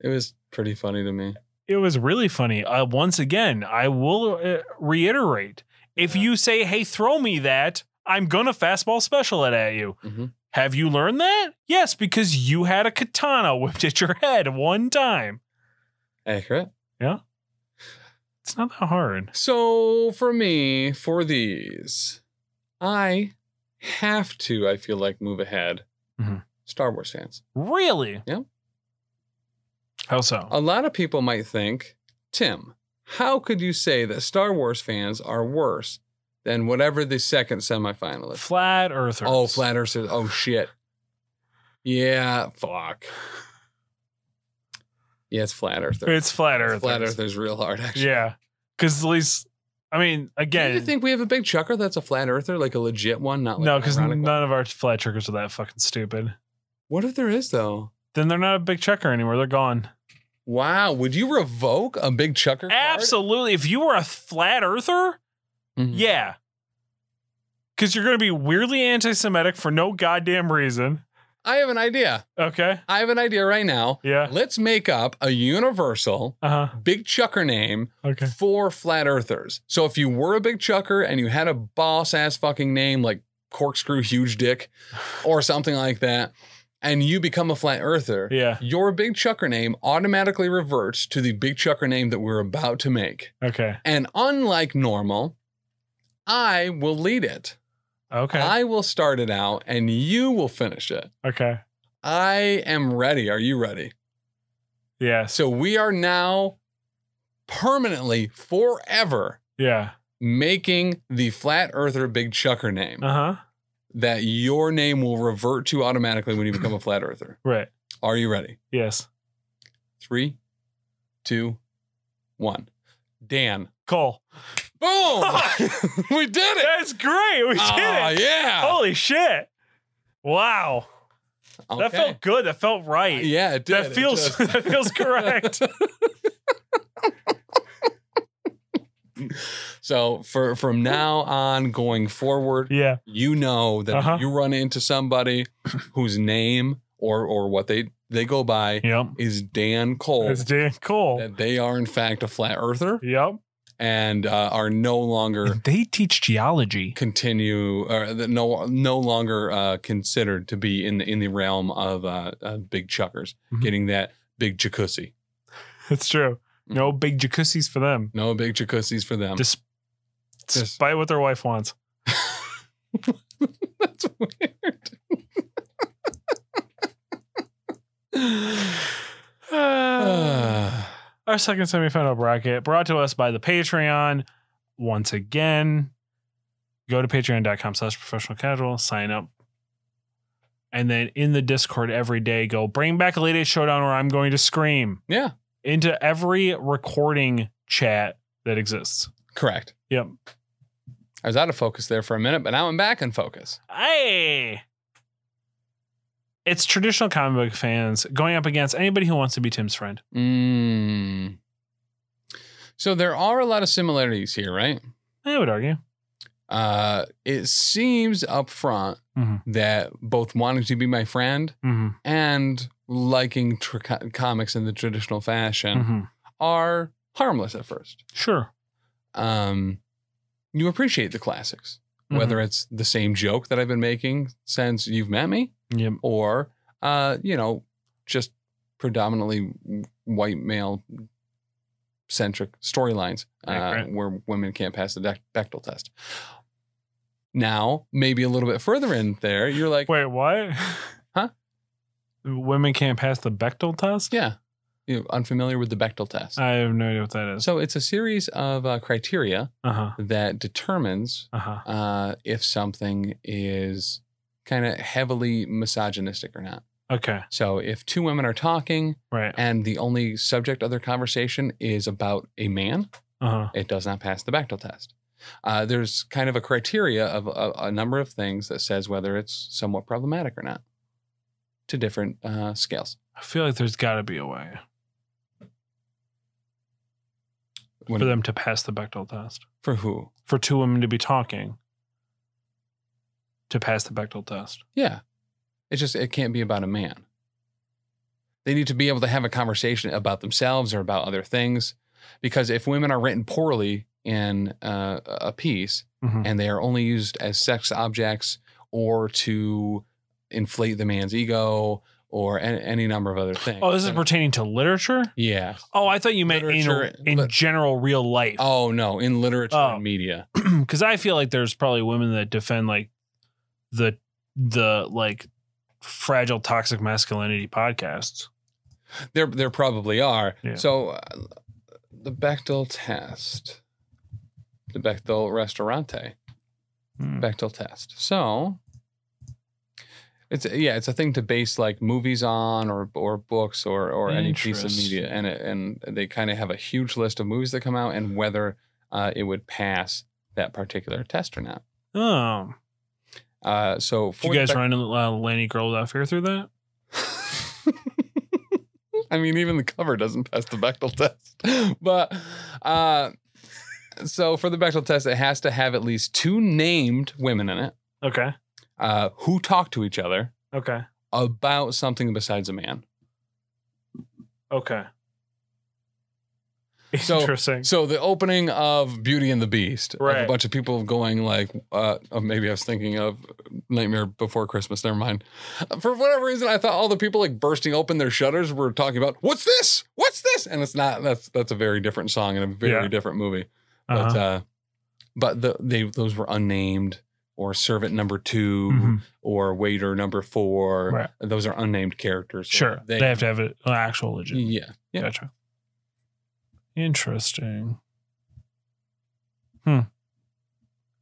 [SPEAKER 2] It was pretty funny to me.
[SPEAKER 1] it was really funny. Uh, once again, I will uh, reiterate: if
[SPEAKER 2] Yeah.
[SPEAKER 1] you say, "Hey, throw me that," I'm gonna fastball special it at you.
[SPEAKER 2] Mhm.
[SPEAKER 1] Have you learned that? Yes, because you had a katana whipped at your head one time.
[SPEAKER 2] Accurate.
[SPEAKER 1] It's not that hard.
[SPEAKER 2] So for me, for these, I have to, I feel like, move ahead. Mm-hmm.
[SPEAKER 1] Mhm.
[SPEAKER 2] Star Wars fans.
[SPEAKER 1] Really?
[SPEAKER 2] Yeah. Oh,
[SPEAKER 1] How so?
[SPEAKER 2] A lot of people might think, Tim, how could you say that Star Wars fans are worse than whatever the second semifinalist?
[SPEAKER 1] flat earthers.
[SPEAKER 2] Oh, flat Earth says, oh shit. Yeah, fuck. Yeah, it's flat Earth.
[SPEAKER 1] It's flat earthers.
[SPEAKER 2] Flat Earth is real hard, actually.
[SPEAKER 1] Yeah, because at least, I mean,
[SPEAKER 2] Do you
[SPEAKER 1] again,
[SPEAKER 2] think we have a big chucker that's a flat earther, like a legit one, not like
[SPEAKER 1] no,
[SPEAKER 2] an
[SPEAKER 1] because
[SPEAKER 2] ironic one?
[SPEAKER 1] none of our flat trickers are that fucking stupid.
[SPEAKER 2] What if there is though?
[SPEAKER 1] Then they're not a big checker anymore. They're gone.
[SPEAKER 2] Wow, would you revoke a big chucker? card?
[SPEAKER 1] Absolutely. If you were a flat earther,
[SPEAKER 2] Mhm.
[SPEAKER 1] yeah. Because you're going to be weirdly anti Semitic for no goddamn reason.
[SPEAKER 2] I have an idea.
[SPEAKER 1] Okay.
[SPEAKER 2] I have an idea right now.
[SPEAKER 1] Yeah.
[SPEAKER 2] Let's make up a universal
[SPEAKER 1] Uh huh.
[SPEAKER 2] big chucker name
[SPEAKER 1] Okay.
[SPEAKER 2] for flat earthers. So if you were a big chucker and you had a boss ass fucking name like corkscrew huge dick or something like that, and you become a flat earther,
[SPEAKER 1] Yeah.
[SPEAKER 2] your big chucker name automatically reverts to the big chucker name that we're about to make.
[SPEAKER 1] Okay.
[SPEAKER 2] And unlike normal, I will lead it.
[SPEAKER 1] Okay.
[SPEAKER 2] I will start it out and you will finish it.
[SPEAKER 1] Okay.
[SPEAKER 2] I am ready. Are you ready?
[SPEAKER 1] Yes.
[SPEAKER 2] So we are now permanently, forever
[SPEAKER 1] Yeah.
[SPEAKER 2] making the flat earther big chucker name
[SPEAKER 1] Uh huh.
[SPEAKER 2] that your name will revert to automatically when you become a flat earther.
[SPEAKER 1] Right.
[SPEAKER 2] Are you ready?
[SPEAKER 1] Yes.
[SPEAKER 2] Three, two, one. Dan.
[SPEAKER 1] Cole.
[SPEAKER 2] Boom! we did it!
[SPEAKER 1] That's great. We did
[SPEAKER 2] Oh,
[SPEAKER 1] it.
[SPEAKER 2] yeah!
[SPEAKER 1] Holy shit. Wow. Oh, That
[SPEAKER 2] Okay. Uh,
[SPEAKER 1] felt good. That felt right.
[SPEAKER 2] Yeah, it did.
[SPEAKER 1] that
[SPEAKER 2] It
[SPEAKER 1] feels
[SPEAKER 2] just-
[SPEAKER 1] that feels correct.
[SPEAKER 2] so. For from now on, going forward,
[SPEAKER 1] yeah.
[SPEAKER 2] you know that
[SPEAKER 1] Uh-huh.
[SPEAKER 2] if you run into somebody whose name or or what they they go by
[SPEAKER 1] Yep.
[SPEAKER 2] is Dan Cole,
[SPEAKER 1] It's damn cool.
[SPEAKER 2] that they are in fact a flat earther
[SPEAKER 1] Yep.
[SPEAKER 2] and uh, are no longer
[SPEAKER 1] They teach geology.
[SPEAKER 2] continue or that no no longer uh, considered to be in the in the realm of uh, uh, big chuckers,
[SPEAKER 1] Mhm.
[SPEAKER 2] getting that big jacuzzi.
[SPEAKER 1] It's true. No big jacuzzis for them,
[SPEAKER 2] No big jacuzzis for them.
[SPEAKER 1] Dis-
[SPEAKER 2] Just-
[SPEAKER 1] despite what their wife wants.
[SPEAKER 2] That's weird. Ah.
[SPEAKER 1] Our second semifinal bracket brought to us by the Patreon. Once again, go to patreon.com slash professional casual, sign up. And then in the Discord every day, go bring back a late Eight showdown where I'm going to scream
[SPEAKER 2] yeah,
[SPEAKER 1] into every recording chat that exists.
[SPEAKER 2] correct.
[SPEAKER 1] Yep.
[SPEAKER 2] I was out of focus there for a minute, but now I'm back in focus.
[SPEAKER 1] Hey. It's traditional comic book fans going up against anybody who wants to be Tim's friend.
[SPEAKER 2] Mm. So there are a lot of similarities here, right?
[SPEAKER 1] I would argue.
[SPEAKER 2] Uh, it seems up front
[SPEAKER 1] Mhm.
[SPEAKER 2] that both wanting to be my friend
[SPEAKER 1] hmm
[SPEAKER 2] and liking tr- co- comics in the traditional fashion
[SPEAKER 1] hmm
[SPEAKER 2] are harmless at first.
[SPEAKER 1] Sure.
[SPEAKER 2] Um, you appreciate the classics,
[SPEAKER 1] Mm-hmm.
[SPEAKER 2] whether it's the same joke that I've been making since you've met me,
[SPEAKER 1] Yep.
[SPEAKER 2] or uh, you know, just predominantly white male centric storylines uh,
[SPEAKER 1] Right, right.
[SPEAKER 2] where women can't pass the Bech- Bechtel test. Now, maybe a little bit further in there, you're like,
[SPEAKER 1] Wait, what?
[SPEAKER 2] Huh?
[SPEAKER 1] Women can't pass the Bechtel test?
[SPEAKER 2] yeah, you know, unfamiliar with the Bechtel test.
[SPEAKER 1] I have no idea what that is.
[SPEAKER 2] so it's a series of uh, criteria
[SPEAKER 1] Uh huh.
[SPEAKER 2] that determines
[SPEAKER 1] Uh huh.
[SPEAKER 2] uh, if something is kind of heavily misogynistic or not.
[SPEAKER 1] Okay.
[SPEAKER 2] So if two women are talking
[SPEAKER 1] Right.
[SPEAKER 2] and the only subject of their conversation is about a man,
[SPEAKER 1] Uh huh.
[SPEAKER 2] it does not pass the Bechdel test. Uh, there's kind of a criteria of uh, a, a number of things that says whether it's somewhat problematic or not to different uh, scales.
[SPEAKER 1] I feel like there's got to be a way
[SPEAKER 2] When-
[SPEAKER 1] for them to pass the Bechtel test.
[SPEAKER 2] for who?
[SPEAKER 1] For two women to be talking to pass the Bechtel test.
[SPEAKER 2] Yeah. It's just, it can't be about a man. They need to be able to have a conversation about themselves or about other things. Because if women are written poorly in uh, a piece
[SPEAKER 1] Mhm.
[SPEAKER 2] and they are only used as sex objects or to inflate the man's ego or an any number of other things.
[SPEAKER 1] Oh, this is
[SPEAKER 2] then-
[SPEAKER 1] pertaining to literature?
[SPEAKER 2] yeah.
[SPEAKER 1] Oh, I thought you meant in,
[SPEAKER 2] Literature-
[SPEAKER 1] in
[SPEAKER 2] lit-
[SPEAKER 1] general real life.
[SPEAKER 2] Oh, no, in literature
[SPEAKER 1] Oh.
[SPEAKER 2] and media.
[SPEAKER 1] because I feel like there's probably women that defend like the the like fragile toxic masculinity podcasts.
[SPEAKER 2] There, there probably are.
[SPEAKER 1] Yeah.
[SPEAKER 2] So, uh, the Bechtel test, the Bechtel Restaurante. Bechtel test. So it's yeah, it's a thing to base like movies on or or books or or any piece of
[SPEAKER 1] Interest.
[SPEAKER 2] media, and it, and they kind of have a huge list of movies that come out and whether uh, it would pass that particular test or not.
[SPEAKER 1] Oh,
[SPEAKER 2] Uh, so
[SPEAKER 1] did you
[SPEAKER 2] the
[SPEAKER 1] guys
[SPEAKER 2] Bech-
[SPEAKER 1] run uh, Lanny Girl Without Fear through that?
[SPEAKER 2] I mean, even the cover doesn't pass the Bechtel test. But uh, so for the Bechtel test, it has to have at least two named women in it
[SPEAKER 1] Okay,
[SPEAKER 2] uh, who talk to each other.
[SPEAKER 1] okay,
[SPEAKER 2] about something besides a man.
[SPEAKER 1] okay.
[SPEAKER 2] So-
[SPEAKER 1] Interesting.
[SPEAKER 2] So the opening of Beauty and the Beast, of
[SPEAKER 1] Right.
[SPEAKER 2] a bunch of people going like, uh, oh, maybe I was thinking of Nightmare Before Christmas. Never mind. For whatever reason, I thought all the people like bursting open their shutters were talking about what's this? What's this? And it's not. That's that's a very different song and a very
[SPEAKER 1] Yeah.
[SPEAKER 2] different movie.
[SPEAKER 1] Uh-huh.
[SPEAKER 2] But uh, but the, they those were unnamed or servant number 2
[SPEAKER 1] Mhm.
[SPEAKER 2] or waiter number four.
[SPEAKER 1] Right.
[SPEAKER 2] Those are unnamed characters. So
[SPEAKER 1] Sure, they, have to have an actual legit.
[SPEAKER 2] Yeah. Yeah.
[SPEAKER 1] Gotcha. Interesting. Hmm.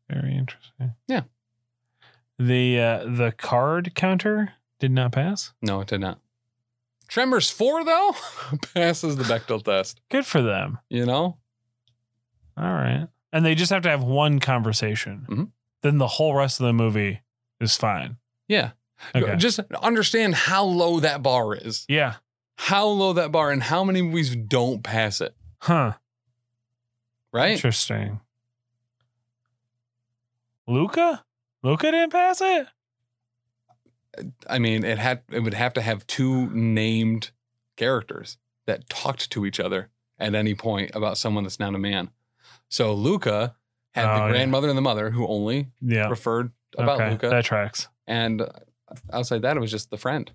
[SPEAKER 1] Very interesting.
[SPEAKER 2] Yeah.
[SPEAKER 1] The uh, the card counter did not pass.
[SPEAKER 2] No, it did not. Tremors 4, though, passes the Bechtel test,
[SPEAKER 1] Good for them.
[SPEAKER 2] you know?
[SPEAKER 1] All right. And they just have to have one conversation.
[SPEAKER 2] Mhm.
[SPEAKER 1] Then the whole rest of the movie is fine.
[SPEAKER 2] Yeah.
[SPEAKER 1] Okay.
[SPEAKER 2] Just understand how low that bar is,
[SPEAKER 1] Yeah.
[SPEAKER 2] how low that bar, and how many movies don't pass it,
[SPEAKER 1] Huh.
[SPEAKER 2] right?
[SPEAKER 1] Interesting. Luca? Luca didn't pass it?
[SPEAKER 2] I mean, it had it would have to have two named characters that talked to each other at any point about someone that's not a man. So Luca had
[SPEAKER 1] Oh,
[SPEAKER 2] the
[SPEAKER 1] yeah.
[SPEAKER 2] grandmother and the mother who only
[SPEAKER 1] Yeah.
[SPEAKER 2] referred about
[SPEAKER 1] okay.
[SPEAKER 2] Luca,
[SPEAKER 1] That tracks.
[SPEAKER 2] and outside that, it was just the friend.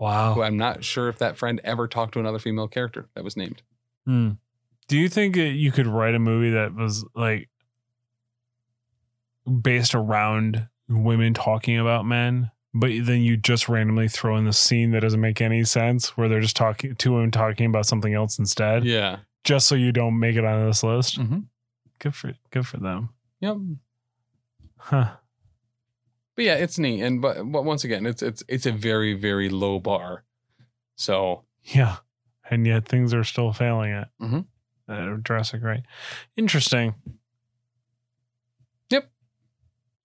[SPEAKER 1] Wow.
[SPEAKER 2] who I'm not sure if that friend ever talked to another female character that was named.
[SPEAKER 1] Hmm. Do you think that you could write a movie that was like based around women talking about men, but then you just randomly throw in the scene that doesn't make any sense where they're just talking two women talking about something else instead,
[SPEAKER 2] Yeah.
[SPEAKER 1] just so you don't make it on this list?
[SPEAKER 2] Mm-hmm.
[SPEAKER 1] Good for good for them.
[SPEAKER 2] Yep.
[SPEAKER 1] Huh.
[SPEAKER 2] But yeah, it's neat. And but, but once again, it's it's it's a very very low bar. So
[SPEAKER 1] Yeah. And yet things are still failing it.
[SPEAKER 2] Mhm.
[SPEAKER 1] Uh, Jurassic, right? Interesting.
[SPEAKER 2] Yep.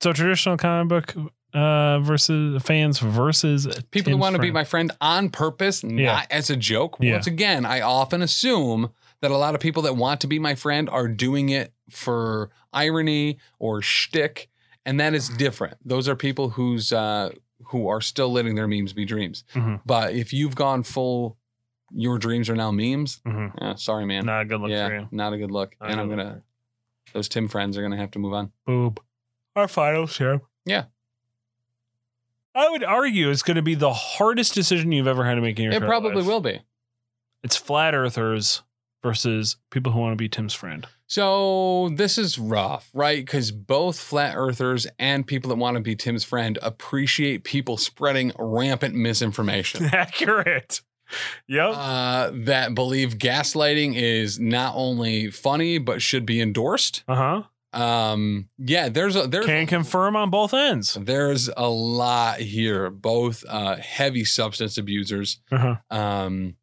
[SPEAKER 1] So traditional comic book uh, versus fans versus
[SPEAKER 2] people who
[SPEAKER 1] tin
[SPEAKER 2] want to be
[SPEAKER 1] friend.
[SPEAKER 2] my friend on purpose, not
[SPEAKER 1] Yeah.
[SPEAKER 2] as a joke.
[SPEAKER 1] Yeah.
[SPEAKER 2] Once again, I often assume that a lot of people that want to be my friend are doing it for irony or shtick, and that is different. Those are people who's uh, who are still letting their memes be dreams.
[SPEAKER 1] Mhm.
[SPEAKER 2] But if you've gone full, your dreams are now memes.
[SPEAKER 1] Mhm.
[SPEAKER 2] Yeah, sorry, man.
[SPEAKER 1] Nah, good luck
[SPEAKER 2] yeah,
[SPEAKER 1] for you.
[SPEAKER 2] not a good look.
[SPEAKER 1] Not a
[SPEAKER 2] and I'm
[SPEAKER 1] good
[SPEAKER 2] gonna Those Tim friends are going to have to move on.
[SPEAKER 1] Boob. Our final show.
[SPEAKER 2] Yeah.
[SPEAKER 1] I would argue it's going to be the hardest decision you've ever had to make in your
[SPEAKER 2] it
[SPEAKER 1] entire
[SPEAKER 2] probably
[SPEAKER 1] life.
[SPEAKER 2] will be.
[SPEAKER 1] It's flat earthers versus people who want to be Tim's friend.
[SPEAKER 2] So this is rough, right? Because both flat earthers and people that want to be Tim's friend appreciate people spreading rampant misinformation.
[SPEAKER 1] Accurate. Yep.
[SPEAKER 2] Uh, that believe gaslighting is not only funny but should be endorsed.
[SPEAKER 1] Uh huh.
[SPEAKER 2] Um, yeah, there's a there's
[SPEAKER 1] Can confirm on both ends.
[SPEAKER 2] there's a lot here. Both uh, heavy substance abusers
[SPEAKER 1] Uh-huh.
[SPEAKER 2] um,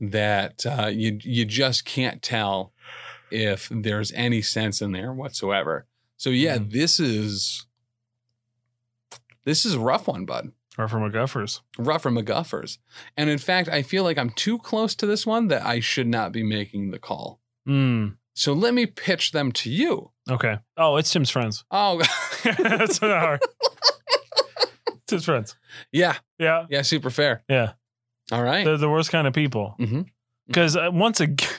[SPEAKER 2] that uh, you you just can't tell if there's any sense in there whatsoever. So yeah,
[SPEAKER 1] Mhm.
[SPEAKER 2] this is this is a rough one, bud.
[SPEAKER 1] Or from McGuffers.
[SPEAKER 2] Rough for McGuffers. And in fact, I feel like I'm too close to this one that I should not be making the call.
[SPEAKER 1] Mm.
[SPEAKER 2] So let me pitch them to you.
[SPEAKER 1] Okay. Oh, it's Tim's friends.
[SPEAKER 2] Oh,
[SPEAKER 1] That's not hard. Tim's friends.
[SPEAKER 2] yeah,
[SPEAKER 1] Yeah.
[SPEAKER 2] yeah, super fair.
[SPEAKER 1] Yeah.
[SPEAKER 2] All right.
[SPEAKER 1] They're the worst kind of people.
[SPEAKER 2] Mhm.
[SPEAKER 1] Because uh, once again,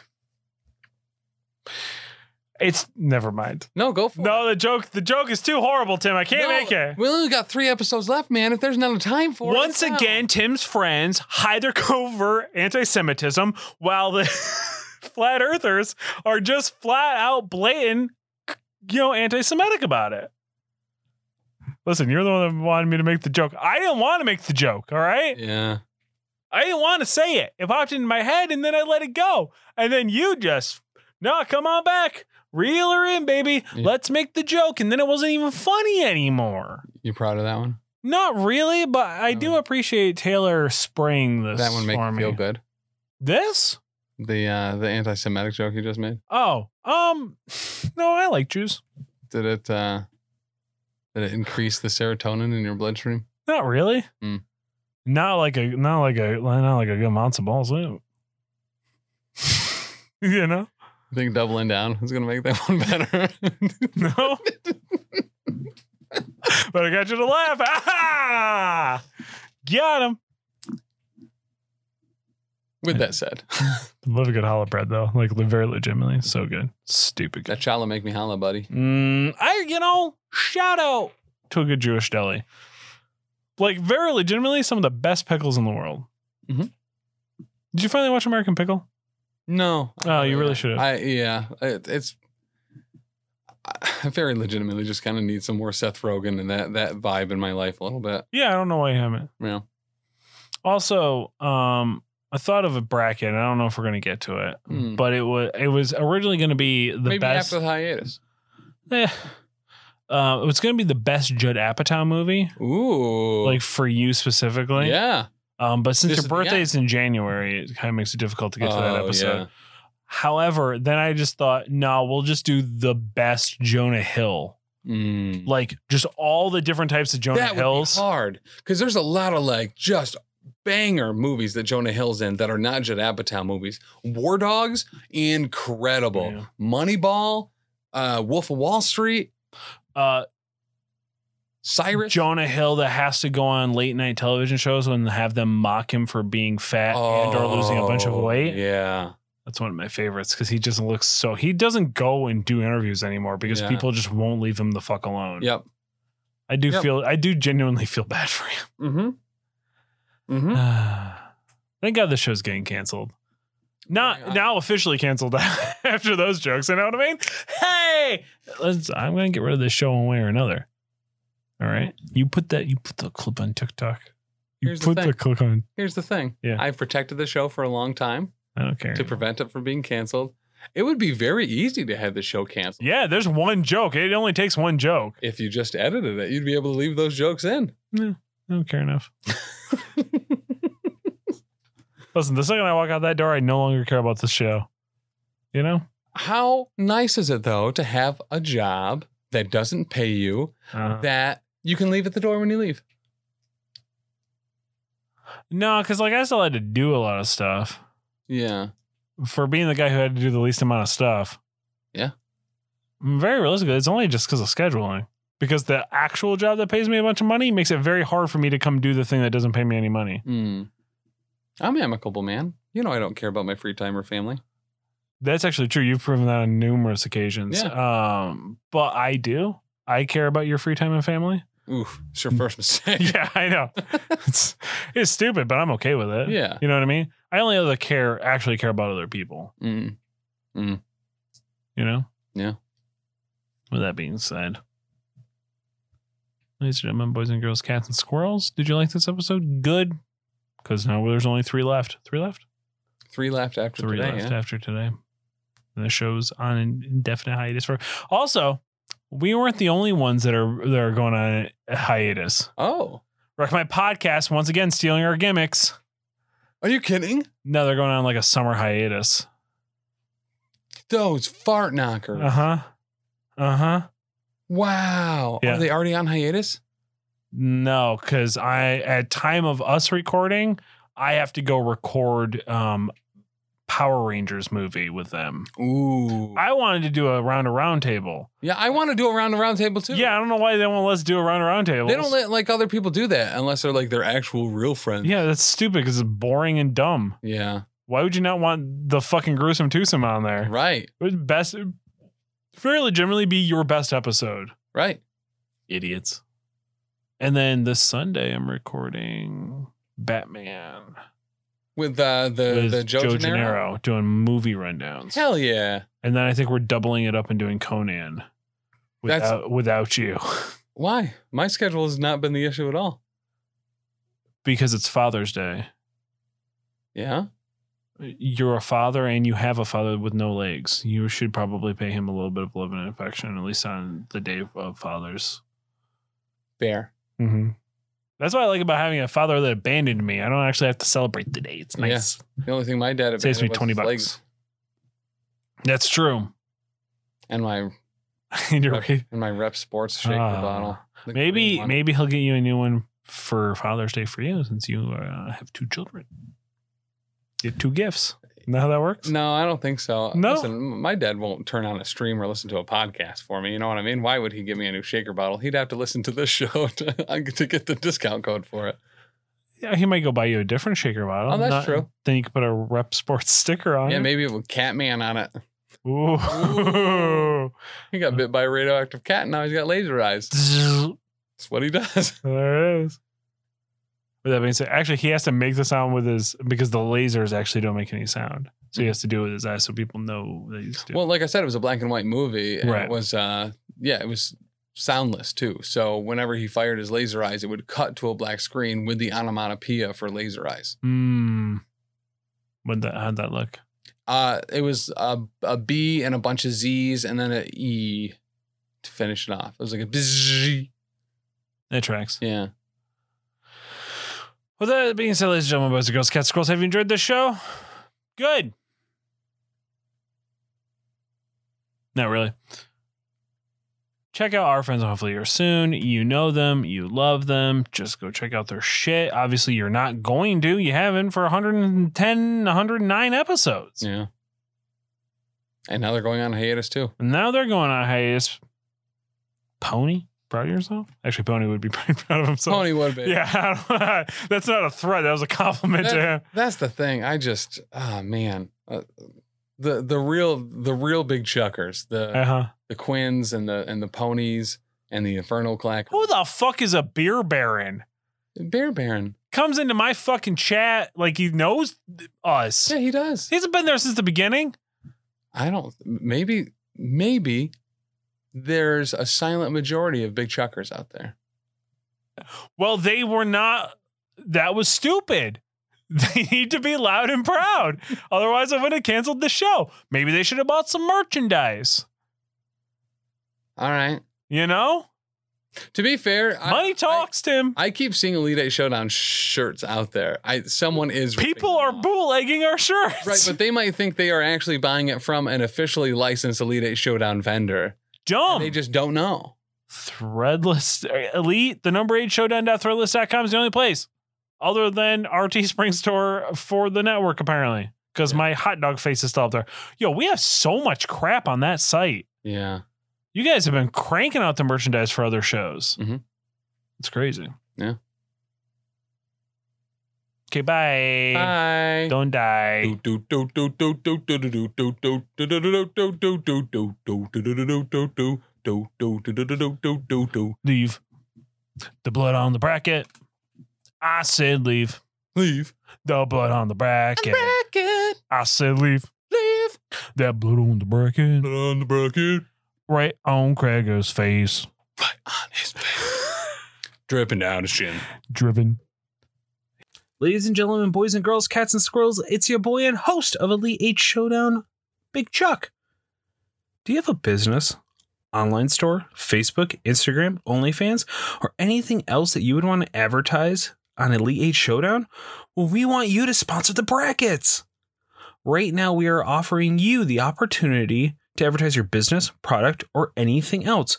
[SPEAKER 1] it's never mind.
[SPEAKER 2] no, go for it.
[SPEAKER 1] No, the joke. The joke is too horrible, Tim. I can't
[SPEAKER 2] No,
[SPEAKER 1] make it.
[SPEAKER 2] We only got three episodes left, man. If there's not a time for
[SPEAKER 1] Once
[SPEAKER 2] it, it's out.
[SPEAKER 1] again, Tim's friends hide their covert anti-Semitism while the flat earthers are just flat out blatant, you know, anti-Semitic about it. Listen, you're the one that wanted me to make the joke. I didn't want to make the joke, all right?
[SPEAKER 2] yeah.
[SPEAKER 1] I didn't want to say it. It popped into my head and then I let it go. And then you just, no, come on back. Reel her in, baby.
[SPEAKER 2] Yeah.
[SPEAKER 1] Let's make the joke. And then it wasn't even funny anymore.
[SPEAKER 2] You proud of that one?
[SPEAKER 1] Not really, but I do
[SPEAKER 2] No.
[SPEAKER 1] appreciate Taylor spraying this.
[SPEAKER 2] Mm. that one make
[SPEAKER 1] for
[SPEAKER 2] you
[SPEAKER 1] me.
[SPEAKER 2] feel good.
[SPEAKER 1] This?
[SPEAKER 2] The uh, the anti-Semitic joke you just made.
[SPEAKER 1] Oh, um, no, I like Jews.
[SPEAKER 2] Did it uh, did it increase the serotonin in your bloodstream?
[SPEAKER 1] Not really.
[SPEAKER 2] Mm.
[SPEAKER 1] Not like a not like a not like a good matzo ball soup. you know?
[SPEAKER 2] I think doubling down is gonna make that one better.
[SPEAKER 1] No. but I got you to laugh. Ah! Got him.
[SPEAKER 2] With that said,
[SPEAKER 1] Love a good challah bread though. Like le- very legitimately, so good. Stupid.
[SPEAKER 2] that chala make me holla, buddy.
[SPEAKER 1] Mm, I, you know, shout out to a good Jewish deli. Like, very legitimately, some of the best pickles in the world.
[SPEAKER 2] Mhm.
[SPEAKER 1] Did you finally watch American Pickle?
[SPEAKER 2] No.
[SPEAKER 1] Oh, you really should have.
[SPEAKER 2] I yeah. It, it's I very legitimately just kind of need some more Seth Rogen and that that vibe in my life a little bit.
[SPEAKER 1] Yeah, I don't know why you haven't.
[SPEAKER 2] You know.
[SPEAKER 1] Also, um, I thought of a bracket. and I don't know if we're gonna get to it,
[SPEAKER 2] Hmm.
[SPEAKER 1] but it was it was originally gonna be the
[SPEAKER 2] Maybe
[SPEAKER 1] best.
[SPEAKER 2] after the hiatus.
[SPEAKER 1] Eh. Uh, it was gonna be the best Judd Apatow movie,
[SPEAKER 2] Ooh.
[SPEAKER 1] like for you specifically.
[SPEAKER 2] yeah.
[SPEAKER 1] Um, but since
[SPEAKER 2] This
[SPEAKER 1] your
[SPEAKER 2] is the
[SPEAKER 1] birthday is in January, it kind of makes it difficult to get to that
[SPEAKER 2] Oh,
[SPEAKER 1] episode.
[SPEAKER 2] yeah.
[SPEAKER 1] However, then I just thought, no, we'll just do the best Jonah Hill.
[SPEAKER 2] Mm.
[SPEAKER 1] Like just all the different types of Jonah
[SPEAKER 2] that
[SPEAKER 1] Hills.
[SPEAKER 2] would be hard because there's a lot of like just banger movies that Jonah Hill's in that are not Judd Apatow movies. War Dogs, incredible.
[SPEAKER 1] Yeah.
[SPEAKER 2] Moneyball, uh, Wolf of Wall Street,
[SPEAKER 1] Uh,
[SPEAKER 2] Cyrus.
[SPEAKER 1] Jonah Hill that has to go on late night television shows and have them mock him for being fat and or losing a bunch of
[SPEAKER 2] Oh,
[SPEAKER 1] weight.
[SPEAKER 2] Yeah,
[SPEAKER 1] That's one of my favorites because he just looks so he doesn't go and do interviews anymore because
[SPEAKER 2] Yeah.
[SPEAKER 1] people just won't leave him the fuck alone.
[SPEAKER 2] yep.
[SPEAKER 1] I do
[SPEAKER 2] Yep.
[SPEAKER 1] feel I do genuinely feel bad for him.
[SPEAKER 2] Mm-hmm. Mm-hmm.
[SPEAKER 1] Thank God the show's getting canceled. Not
[SPEAKER 2] Yeah.
[SPEAKER 1] now officially canceled after those jokes. You know what I mean? Hey, let's, I'm gonna get rid of this show one way or another. All right, you put that you put the clip on TikTok. You
[SPEAKER 2] Here's the
[SPEAKER 1] put the,
[SPEAKER 2] thing.
[SPEAKER 1] clip on.
[SPEAKER 2] Here's the thing.
[SPEAKER 1] Yeah.
[SPEAKER 2] I've protected the show for a long time
[SPEAKER 1] I don't care.
[SPEAKER 2] to prevent it from being canceled. It would be very easy to have the show canceled
[SPEAKER 1] yeah, there's one joke. It only takes one joke.
[SPEAKER 2] if you just edited it. You'd be able to leave those jokes in.
[SPEAKER 1] I don't care enough. Listen, the second I walk out that door, I no longer care about this show. You know?
[SPEAKER 2] how nice is it though to have a job that doesn't pay you
[SPEAKER 1] Uh,
[SPEAKER 2] that you can leave at the door when you leave
[SPEAKER 1] no, because like I still had to do a lot of stuff.
[SPEAKER 2] yeah
[SPEAKER 1] for being the guy who had to do the least amount of stuff.
[SPEAKER 2] Yeah.
[SPEAKER 1] Very realistically, it's only just because of scheduling. Because the actual job that pays me a bunch of money makes it very hard for me to come do the thing that doesn't pay me any money.
[SPEAKER 2] Hmm. i'm amicable man you know i don't care about my free time or family
[SPEAKER 1] That's actually true. You've proven that on numerous occasions. Um, but I do. I care about your free time and family.
[SPEAKER 2] Oof, it's your first mistake.
[SPEAKER 1] Yeah, I know. it's it's stupid, but I'm okay with it.
[SPEAKER 2] yeah.
[SPEAKER 1] You know what I mean? I only other care actually care about other people.
[SPEAKER 2] Mm.
[SPEAKER 1] You know?
[SPEAKER 2] Yeah.
[SPEAKER 1] With that being said, ladies and gentlemen, boys and girls, cats and squirrels, did you like this episode? Good. Because now there's only three left. Three left?
[SPEAKER 2] Three left after
[SPEAKER 1] three
[SPEAKER 2] today.
[SPEAKER 1] left
[SPEAKER 2] yeah?
[SPEAKER 1] after today. And the show's on an indefinite hiatus for. Also, we weren't the only ones that are that are going on a hiatus.
[SPEAKER 2] Oh,
[SPEAKER 1] Wreck My Podcast, once again, stealing our gimmicks.
[SPEAKER 2] are you kidding?
[SPEAKER 1] No, they're going on like a summer hiatus.
[SPEAKER 2] Those fart knockers.
[SPEAKER 1] Uh huh. Uh huh.
[SPEAKER 2] Wow.
[SPEAKER 1] Yeah.
[SPEAKER 2] Are they already on hiatus?
[SPEAKER 1] No, because I at time of us recording, I have to go record um Power Rangers movie with them.
[SPEAKER 2] Ooh.
[SPEAKER 1] I wanted to do a round a round table.
[SPEAKER 2] yeah, I want to do a round and round table too.
[SPEAKER 1] Yeah, I don't know why they won't let us do a round a round table.
[SPEAKER 2] They don't let like other people do that unless they're like their actual real friends.
[SPEAKER 1] Yeah, that's stupid because it's boring and dumb.
[SPEAKER 2] Yeah.
[SPEAKER 1] Why would you not want the fucking gruesome twosome on there?
[SPEAKER 2] Right.
[SPEAKER 1] It would best very legitimately be your best episode.
[SPEAKER 2] Right.
[SPEAKER 1] idiots. And then this Sunday, I'm recording Batman
[SPEAKER 2] With uh, the
[SPEAKER 1] with
[SPEAKER 2] the Joe, Gennaro.
[SPEAKER 1] doing movie rundowns.
[SPEAKER 2] Hell yeah.
[SPEAKER 1] And then I think we're doubling it up and doing Conan
[SPEAKER 2] That's-
[SPEAKER 1] without without you
[SPEAKER 2] Why? My schedule has not been the issue at all.
[SPEAKER 1] because it's Father's Day.
[SPEAKER 2] Yeah.
[SPEAKER 1] You're a father and you have a father with no legs. You should probably pay him a little bit of love and affection, at least on the day of fathers.
[SPEAKER 2] Fair.
[SPEAKER 1] Mm-hmm. That's what I like about having a father that abandoned me. I don't actually have to celebrate the day. It's
[SPEAKER 2] Yeah.
[SPEAKER 1] nice.
[SPEAKER 2] The only thing my dad
[SPEAKER 1] Saves
[SPEAKER 2] abandoned
[SPEAKER 1] me
[SPEAKER 2] was
[SPEAKER 1] 20
[SPEAKER 2] his
[SPEAKER 1] bucks.
[SPEAKER 2] legs
[SPEAKER 1] That's true.
[SPEAKER 2] and my
[SPEAKER 1] and you're
[SPEAKER 2] Look,
[SPEAKER 1] right.
[SPEAKER 2] and my rep sports shaker
[SPEAKER 1] Ah.
[SPEAKER 2] bottle. The green
[SPEAKER 1] Maybe
[SPEAKER 2] one.
[SPEAKER 1] maybe he'll get you a new one for Father's Day for you since you uh, have two children. Get two gifts. Know how that works?
[SPEAKER 2] No, I don't think so.
[SPEAKER 1] No?
[SPEAKER 2] Listen, my dad won't turn on a stream or listen to a podcast for me. You know what I mean? Why would he give me a new shaker bottle? He'd have to listen to this show to, to get the discount code for it.
[SPEAKER 1] Yeah, he might go buy you a different shaker bottle.
[SPEAKER 2] Oh, that's
[SPEAKER 1] Not-
[SPEAKER 2] true.
[SPEAKER 1] Then you can put a Rep Sports sticker on.
[SPEAKER 2] Yeah,
[SPEAKER 1] it.
[SPEAKER 2] maybe it would Catman on it.
[SPEAKER 1] Ooh.
[SPEAKER 2] Ooh. He
[SPEAKER 1] Uh.
[SPEAKER 2] got bit by a radioactive cat and now he's got laser eyes. That's what he does.
[SPEAKER 1] there it is. With that being said, actually, he has to make the sound with his because the lasers actually don't make any sound, so he has to do it with his eyes so people know that he's doing.
[SPEAKER 2] Well, like I said, it was a black and white movie. And
[SPEAKER 1] Right.
[SPEAKER 2] It was, uh, yeah, it was soundless too. So whenever he fired his laser eyes, it would cut to a black screen with the onomatopoeia for laser eyes.
[SPEAKER 1] Hmm. Would that how'd that look?
[SPEAKER 2] Uh, it was a, a B and a bunch of Z's and then an E to finish it off. It was like a bzzz.
[SPEAKER 1] That tracks.
[SPEAKER 2] Yeah.
[SPEAKER 1] With that being said, ladies and gentlemen, boys and girls, cats, squirrels, have you enjoyed this show? Good. Not really. Check out our friends on Hopefully You're Soon. You know them. You love them. Just go check out their shit. Obviously, you're not going to. You haven't for 110, 109 episodes.
[SPEAKER 2] Yeah. And now they're going on hiatus too.
[SPEAKER 1] And now they're going on hiatus. Pony? Proud of yourself? Actually, Pony would be pretty proud of himself.
[SPEAKER 2] Tony Woodbay.
[SPEAKER 1] Yeah, I don't- that's not a threat. That was a compliment to him.
[SPEAKER 2] That's the thing. I just, oh man, uh, the the real the real big chuckers, the
[SPEAKER 1] Uh huh.
[SPEAKER 2] the Quins and the and the ponies and the Inferno Clack.
[SPEAKER 1] Who the fuck is a beer baron?
[SPEAKER 2] Bear Baron?
[SPEAKER 1] Comes into my fucking chat like he knows us.
[SPEAKER 2] Yeah, he does.
[SPEAKER 1] He hasn't been there since the beginning.
[SPEAKER 2] I don't. Maybe maybe there's a silent majority of big chuckers out there.
[SPEAKER 1] Well, they were not. That was stupid. They need to be loud and proud. Otherwise, I would have canceled the show. Maybe they should have bought some merchandise.
[SPEAKER 2] All right.
[SPEAKER 1] You know,
[SPEAKER 2] To be fair, I,
[SPEAKER 1] money talks, Tim.
[SPEAKER 2] I keep seeing Elite Eight Showdown shirts out there. I someone is ripping
[SPEAKER 1] People
[SPEAKER 2] them
[SPEAKER 1] are
[SPEAKER 2] off.
[SPEAKER 1] bootlegging our shirts.
[SPEAKER 2] right, but they might think they are actually buying it from an officially licensed Elite Eight Showdown vendor.
[SPEAKER 1] dumb.
[SPEAKER 2] And they just don't know.
[SPEAKER 1] Threadless uh, Elite, the number eight showdown.threadless.com is the only place other than our Teespring store for the network, apparently, because
[SPEAKER 2] Yeah.
[SPEAKER 1] my hot dog face is still up there. Yo, we have so much crap on that site.
[SPEAKER 2] Yeah,
[SPEAKER 1] You guys have been cranking out the merchandise for
[SPEAKER 2] Mm-hmm.
[SPEAKER 1] other shows.
[SPEAKER 2] Mhm.
[SPEAKER 1] It's crazy.
[SPEAKER 2] Yeah.
[SPEAKER 4] Okay, bye.
[SPEAKER 2] Bye.
[SPEAKER 4] Don't die. Leave. The blood on the bracket. I said leave.
[SPEAKER 2] Leave.
[SPEAKER 4] The blood on the bracket.
[SPEAKER 2] Bracket.
[SPEAKER 4] I said leave.
[SPEAKER 2] Leave.
[SPEAKER 4] That blood on the bracket.
[SPEAKER 2] On the bracket.
[SPEAKER 4] Right on Craiger's face.
[SPEAKER 2] Right on his face. Dripping down his chin.
[SPEAKER 4] Driven. Ladies and gentlemen, boys and girls, cats and squirrels, it's your boy and host of Elite Eight Showdown, Big Chuck. Do you have a business, online store, Facebook, Instagram, OnlyFans, or anything else that you would want to advertise on Elite Eight Showdown? Well, we want you to sponsor the brackets. Right now, we are offering you the opportunity to advertise your business, product, or anything else.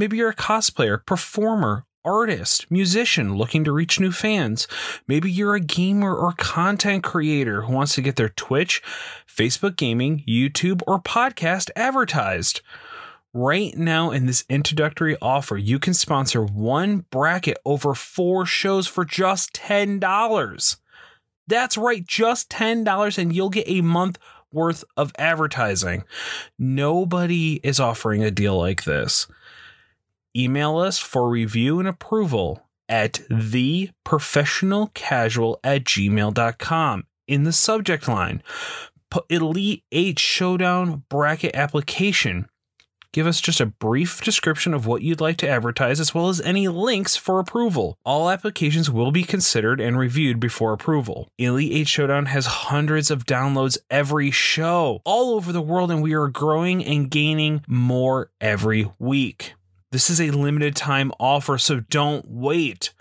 [SPEAKER 4] Maybe you're a cosplayer, performer, artist, musician looking to reach new fans. Maybe you're a gamer or content creator who wants to get their Twitch, Facebook gaming, YouTube, or podcast advertised. Right now, in this introductory offer, you can sponsor one bracket over four shows for just $10. That's right, just $10, and you'll get a month worth of advertising. Nobody is offering a deal like this email us for review and approval at theprofessionalcasual at gmail.com in the subject line. Put Elite 8 Showdown Bracket Application. Give us just a brief description of what you'd like to advertise, as well as any links for approval. All applications will be considered and reviewed before approval. Elite 8 Showdown has hundreds of downloads every show all over the world, and we are growing and gaining more every week. This is a limited time offer, so don't wait.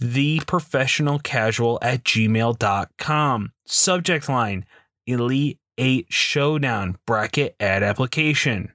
[SPEAKER 4] The professional casual at gmail.com. Subject line Elite 8 Showdown bracket ad application.